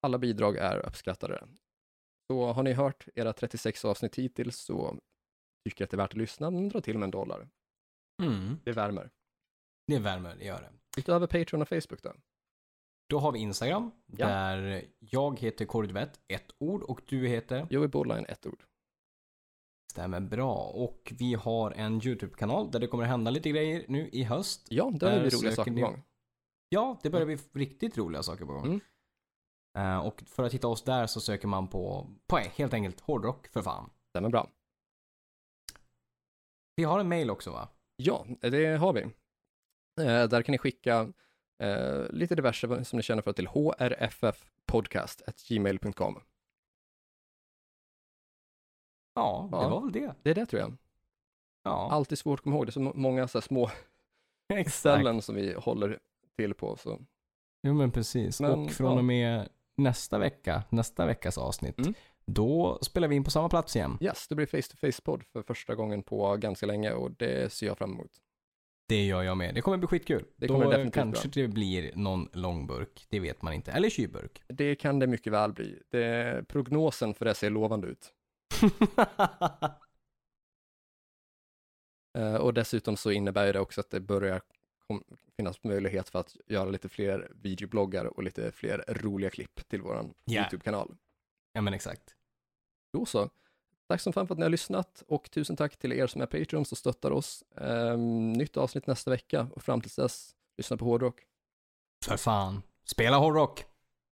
B: alla bidrag är uppskattade. Så har ni hört era 36 avsnitt hittills så tycker jag att det är värt att lyssna, men dra till med en dollar.
A: Mm.
B: Det värmer.
A: Det värmer, det gör det.
B: Utöver Patreon och Facebook då?
A: Då har vi Instagram,
B: Ja.
A: där jag heter Kordvett, ett ord, och du heter?
B: Joey Borderline, ett ord.
A: Stämmer bra. Och vi har en YouTube-kanal där det kommer hända lite grejer nu i höst.
B: Ja, där är
A: Där
B: vi roliga
A: söker
B: saker på
A: ni-
B: gång.
A: Ja, det börjar bli riktigt roliga saker på gång.
B: Mm.
A: Eh, och för att hitta oss där så söker man på, på E, helt enkelt hårdrock för fan.
B: Stämmer bra.
A: Vi har en mail också va?
B: Ja, det har vi. Eh, där kan ni skicka eh, lite diverse som ni känner för till hrffpodcast.gmail.com.
A: Ja, det
B: Ja.
A: var väl det.
B: Det är det tror jag.
A: Ja,
B: Alltid svårt att komma ihåg, det är så må- många så här små ställen som vi håller till på. Så.
A: Jo men precis.
B: Men,
A: och från
B: ja.
A: och med nästa vecka, nästa veckas avsnitt,
B: Mm.
A: då spelar vi in på samma plats igen.
B: Yes, det blir face-to-face-podd för första gången på ganska länge och det ser jag fram emot.
A: Det gör jag med. Det kommer bli skitkul.
B: Det kommer
A: då
B: definitivt
A: kanske det blir någon långburk. Det vet man inte. Eller kylburk.
B: Det kan det mycket väl bli. Det, prognosen för det ser lovande ut. Eh, och dessutom så innebär ju det också att det börjar kom, finnas möjlighet för att göra lite fler videobloggar och lite fler roliga klipp till vår
A: Ja.
B: YouTube-kanal.
A: ja men exakt.
B: Då så. Tack som fan för att ni har lyssnat och tusen tack till er som är Patreon som stöttar oss. Ehm, nytt avsnitt nästa vecka och fram tills dess, lyssna på hårdrock.
A: För fan. Spela hårdrock.